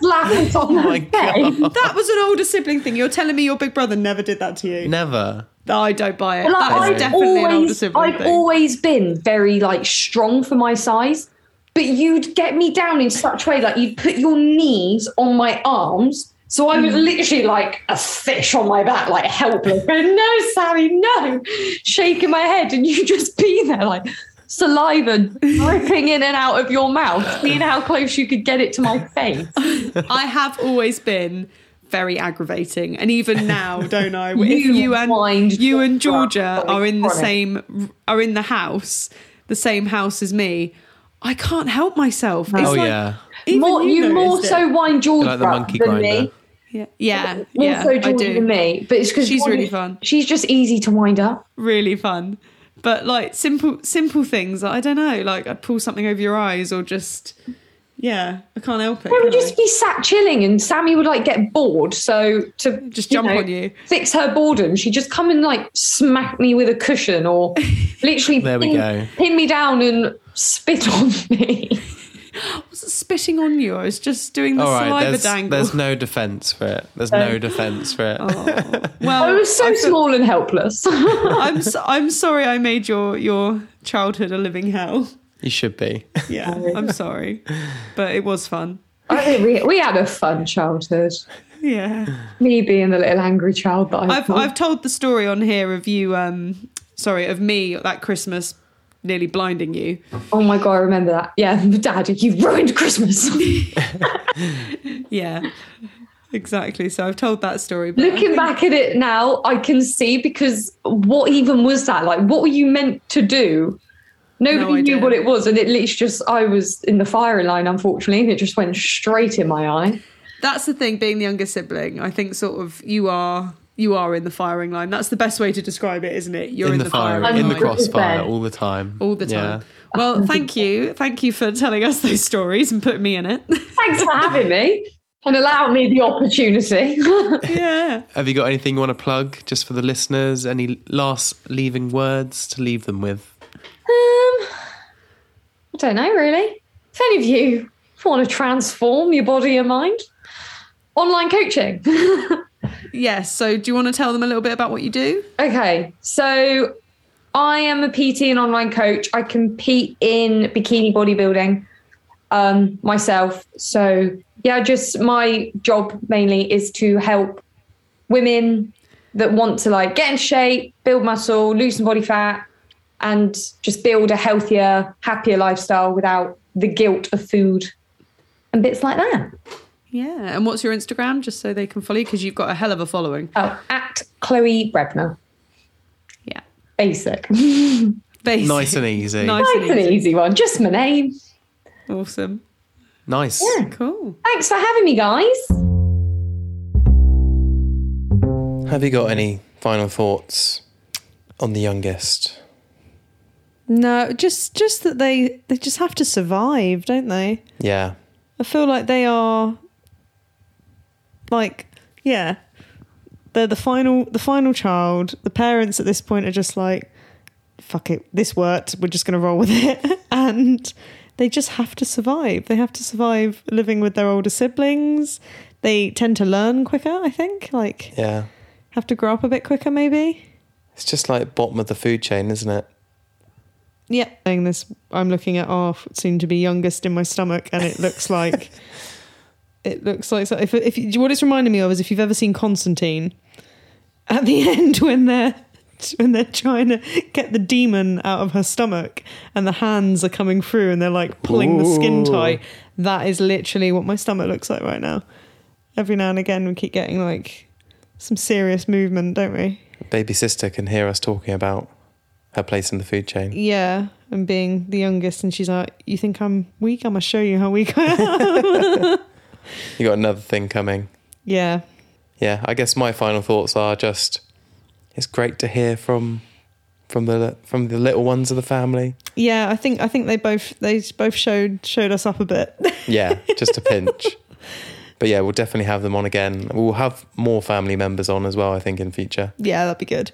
[SPEAKER 1] [laughs]
[SPEAKER 9] slapped on oh my
[SPEAKER 1] God.
[SPEAKER 2] that was an older sibling thing you're telling me your big brother never did that to you
[SPEAKER 1] Never.
[SPEAKER 2] I don't buy it
[SPEAKER 9] Well,
[SPEAKER 2] that is
[SPEAKER 9] I've
[SPEAKER 2] definitely an older
[SPEAKER 9] always,
[SPEAKER 2] sibling
[SPEAKER 9] I've
[SPEAKER 2] thing
[SPEAKER 9] always been very like strong for my size, but you'd get me down in such a way like you'd put your knees on my arms. So I was
[SPEAKER 2] Mm.
[SPEAKER 9] literally like a fish on my back, like helpless. Going, no, Sammy, no, shaking my head, and you just be there like saliva dripping in and out of your mouth, seeing how close you could get it to my face.
[SPEAKER 2] [laughs] I have always been very aggravating, and even
[SPEAKER 9] [laughs]
[SPEAKER 2] now, don't I? If
[SPEAKER 9] You
[SPEAKER 2] you and you and Georgia are in the
[SPEAKER 9] chronic.
[SPEAKER 2] same are in the house, the same house as me. I can't help myself. It's
[SPEAKER 1] Oh
[SPEAKER 2] like-
[SPEAKER 1] yeah.
[SPEAKER 2] even
[SPEAKER 9] More, you, more
[SPEAKER 2] noticed it.
[SPEAKER 9] so wind Georgia
[SPEAKER 1] Like the
[SPEAKER 9] up
[SPEAKER 1] monkey
[SPEAKER 9] than
[SPEAKER 1] grinder.
[SPEAKER 9] me.
[SPEAKER 2] Yeah, yeah,
[SPEAKER 9] More
[SPEAKER 2] yeah,
[SPEAKER 9] so
[SPEAKER 2] I
[SPEAKER 9] Georgia
[SPEAKER 2] do.
[SPEAKER 9] than me, but it's because
[SPEAKER 2] She's really fun.
[SPEAKER 9] She's just easy to wind up.
[SPEAKER 2] really fun. But like simple, simple things. I don't know. Like I'd pull something over your eyes, or just yeah, I can't help it.
[SPEAKER 9] I would
[SPEAKER 2] can I?
[SPEAKER 9] just be sat chilling, and Sammy would like get bored. So to just
[SPEAKER 2] jump on you.
[SPEAKER 9] fix her boredom, she'd just come and like smack me with a cushion,
[SPEAKER 2] [laughs]
[SPEAKER 9] or literally
[SPEAKER 1] There we
[SPEAKER 9] pin,
[SPEAKER 1] go.
[SPEAKER 9] pin me down and spit [laughs] on me.
[SPEAKER 2] wasn't spitting on you. I was just doing the
[SPEAKER 1] All right.
[SPEAKER 2] saliva
[SPEAKER 1] There's,
[SPEAKER 2] dangle.
[SPEAKER 1] there's no defense for it. There's no defense for it.
[SPEAKER 2] Well,
[SPEAKER 9] I was so small and helpless. [laughs]
[SPEAKER 2] I'm so, I'm sorry I made your your childhood a living hell. [laughs]
[SPEAKER 1] You should be.
[SPEAKER 2] Yeah,
[SPEAKER 9] Oh.
[SPEAKER 2] I'm sorry, but it was fun.
[SPEAKER 9] I think we, we had a fun childhood.
[SPEAKER 2] Yeah,
[SPEAKER 9] Me being the little angry child that I
[SPEAKER 2] I've
[SPEAKER 9] was.
[SPEAKER 2] I've told the story on here of you. Um, sorry, of me that Christmas nearly blinding you.
[SPEAKER 9] Oh my god, I remember that. Yeah, [laughs] Dad, you ruined Christmas. [laughs]
[SPEAKER 12] [laughs]
[SPEAKER 2] Yeah, exactly. So I've told that story. But
[SPEAKER 9] Looking back at it now, I can see because what even was that? Like, what were you meant to do? Nobody knew what it was, and it literally just I was in the firing line, unfortunately, and it just went straight in my eye.
[SPEAKER 2] that's the thing. Being the younger sibling, I think sort of you are. You are in the firing line. That's the best way to describe it, isn't it? You're
[SPEAKER 1] in, the fire, in the
[SPEAKER 2] line.
[SPEAKER 1] crossfire, all the time.
[SPEAKER 2] All the time. Well, thank you. Thank you for telling us those stories and putting me
[SPEAKER 1] [laughs]
[SPEAKER 2] in it. [laughs]
[SPEAKER 9] Thanks for having me and allowing me the opportunity. [laughs] Um,
[SPEAKER 2] yeah.
[SPEAKER 1] Have you got anything you want to plug just for the listeners? Any last leaving words to leave them with?
[SPEAKER 9] Um, I don't know really. If any of you want to transform your body and mind, online coaching.
[SPEAKER 2] Yes. So, do you want to tell them a little bit about what you do?
[SPEAKER 9] Okay, so I am a PT and online coach. I compete in bikini bodybuilding um, myself. So yeah, just my job mainly is to help women that want to like get in shape, build muscle, lose some body fat, and just build a healthier, happier lifestyle without the guilt of food and bits like that.
[SPEAKER 2] Yeah. And what's your Instagram, just so they can follow you? Because you've got a hell of a following.
[SPEAKER 9] Oh, at Chloe Brebner.
[SPEAKER 2] Yeah.
[SPEAKER 9] Basic.
[SPEAKER 2] Basic.
[SPEAKER 1] Nice and easy.
[SPEAKER 2] Nice and
[SPEAKER 9] Nice and
[SPEAKER 2] easy.
[SPEAKER 9] easy one. Just my name.
[SPEAKER 2] Awesome.
[SPEAKER 1] Nice.
[SPEAKER 2] Cool.
[SPEAKER 9] Thanks for having me, guys.
[SPEAKER 1] Have you got any final thoughts on the youngest?
[SPEAKER 12] No, just just that they they just have to survive, don't they?
[SPEAKER 1] Yeah.
[SPEAKER 12] I feel like they are
[SPEAKER 2] like yeah, they're the final the final child. The parents at this point are just like, fuck it, this worked. We're just gonna roll with it, [laughs] and they just have to survive. They have to survive living with their older siblings. They tend to learn quicker, I think. Like
[SPEAKER 1] Yeah.
[SPEAKER 2] have to grow up a bit quicker, maybe.
[SPEAKER 1] It's just like bottom of the food chain, isn't it?
[SPEAKER 2] Yeah. Saying this, I'm looking at our f- soon to be youngest in my stomach, and it looks like [laughs] it looks like so. If, if you- what it's reminding me of is if you've ever seen Constantine, at the [laughs] end when they're when they're trying to get the demon out of her stomach, and the hands are coming through, and they're like pulling the skin
[SPEAKER 13] Ooh.
[SPEAKER 2] tight. That is literally what my stomach looks like right now. Every now and again, we keep getting like some serious movement, don't we?
[SPEAKER 1] Baby sister can hear us talking about her place in the food chain.
[SPEAKER 2] Yeah, and being the youngest, and she's like, "You think I'm weak? I'm gonna show you how weak I am."
[SPEAKER 1] You got another thing coming.
[SPEAKER 2] [laughs] yeah,
[SPEAKER 1] Yeah, I guess my final thoughts are just it's great to hear from from the from the little ones of the family.
[SPEAKER 2] yeah. I think I think they both they both showed showed us up a bit. [laughs]
[SPEAKER 1] Yeah, just a pinch. But yeah, we'll definitely have them on again. We'll have more family members on as well, I think, in future.
[SPEAKER 2] yeah, that'd be good.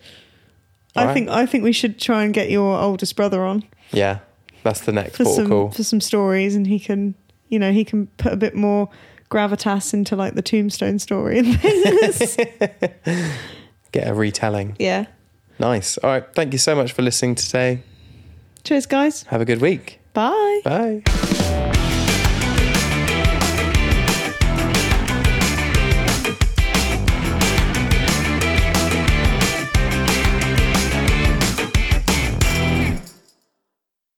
[SPEAKER 1] All
[SPEAKER 2] I
[SPEAKER 1] right.
[SPEAKER 2] think I think we should try and get your oldest brother on
[SPEAKER 1] Yeah, that's the next
[SPEAKER 2] for
[SPEAKER 1] port of
[SPEAKER 2] some
[SPEAKER 1] call.
[SPEAKER 2] for some stories, and he can you know he can put a bit more gravitas into like the tombstone story
[SPEAKER 1] [laughs]
[SPEAKER 2] and things. [laughs]
[SPEAKER 1] Get a retelling.
[SPEAKER 2] yeah.
[SPEAKER 1] Nice. All right. Thank you so much for listening today.
[SPEAKER 2] Cheers, guys.
[SPEAKER 1] Have a good week.
[SPEAKER 2] Bye.
[SPEAKER 1] Bye.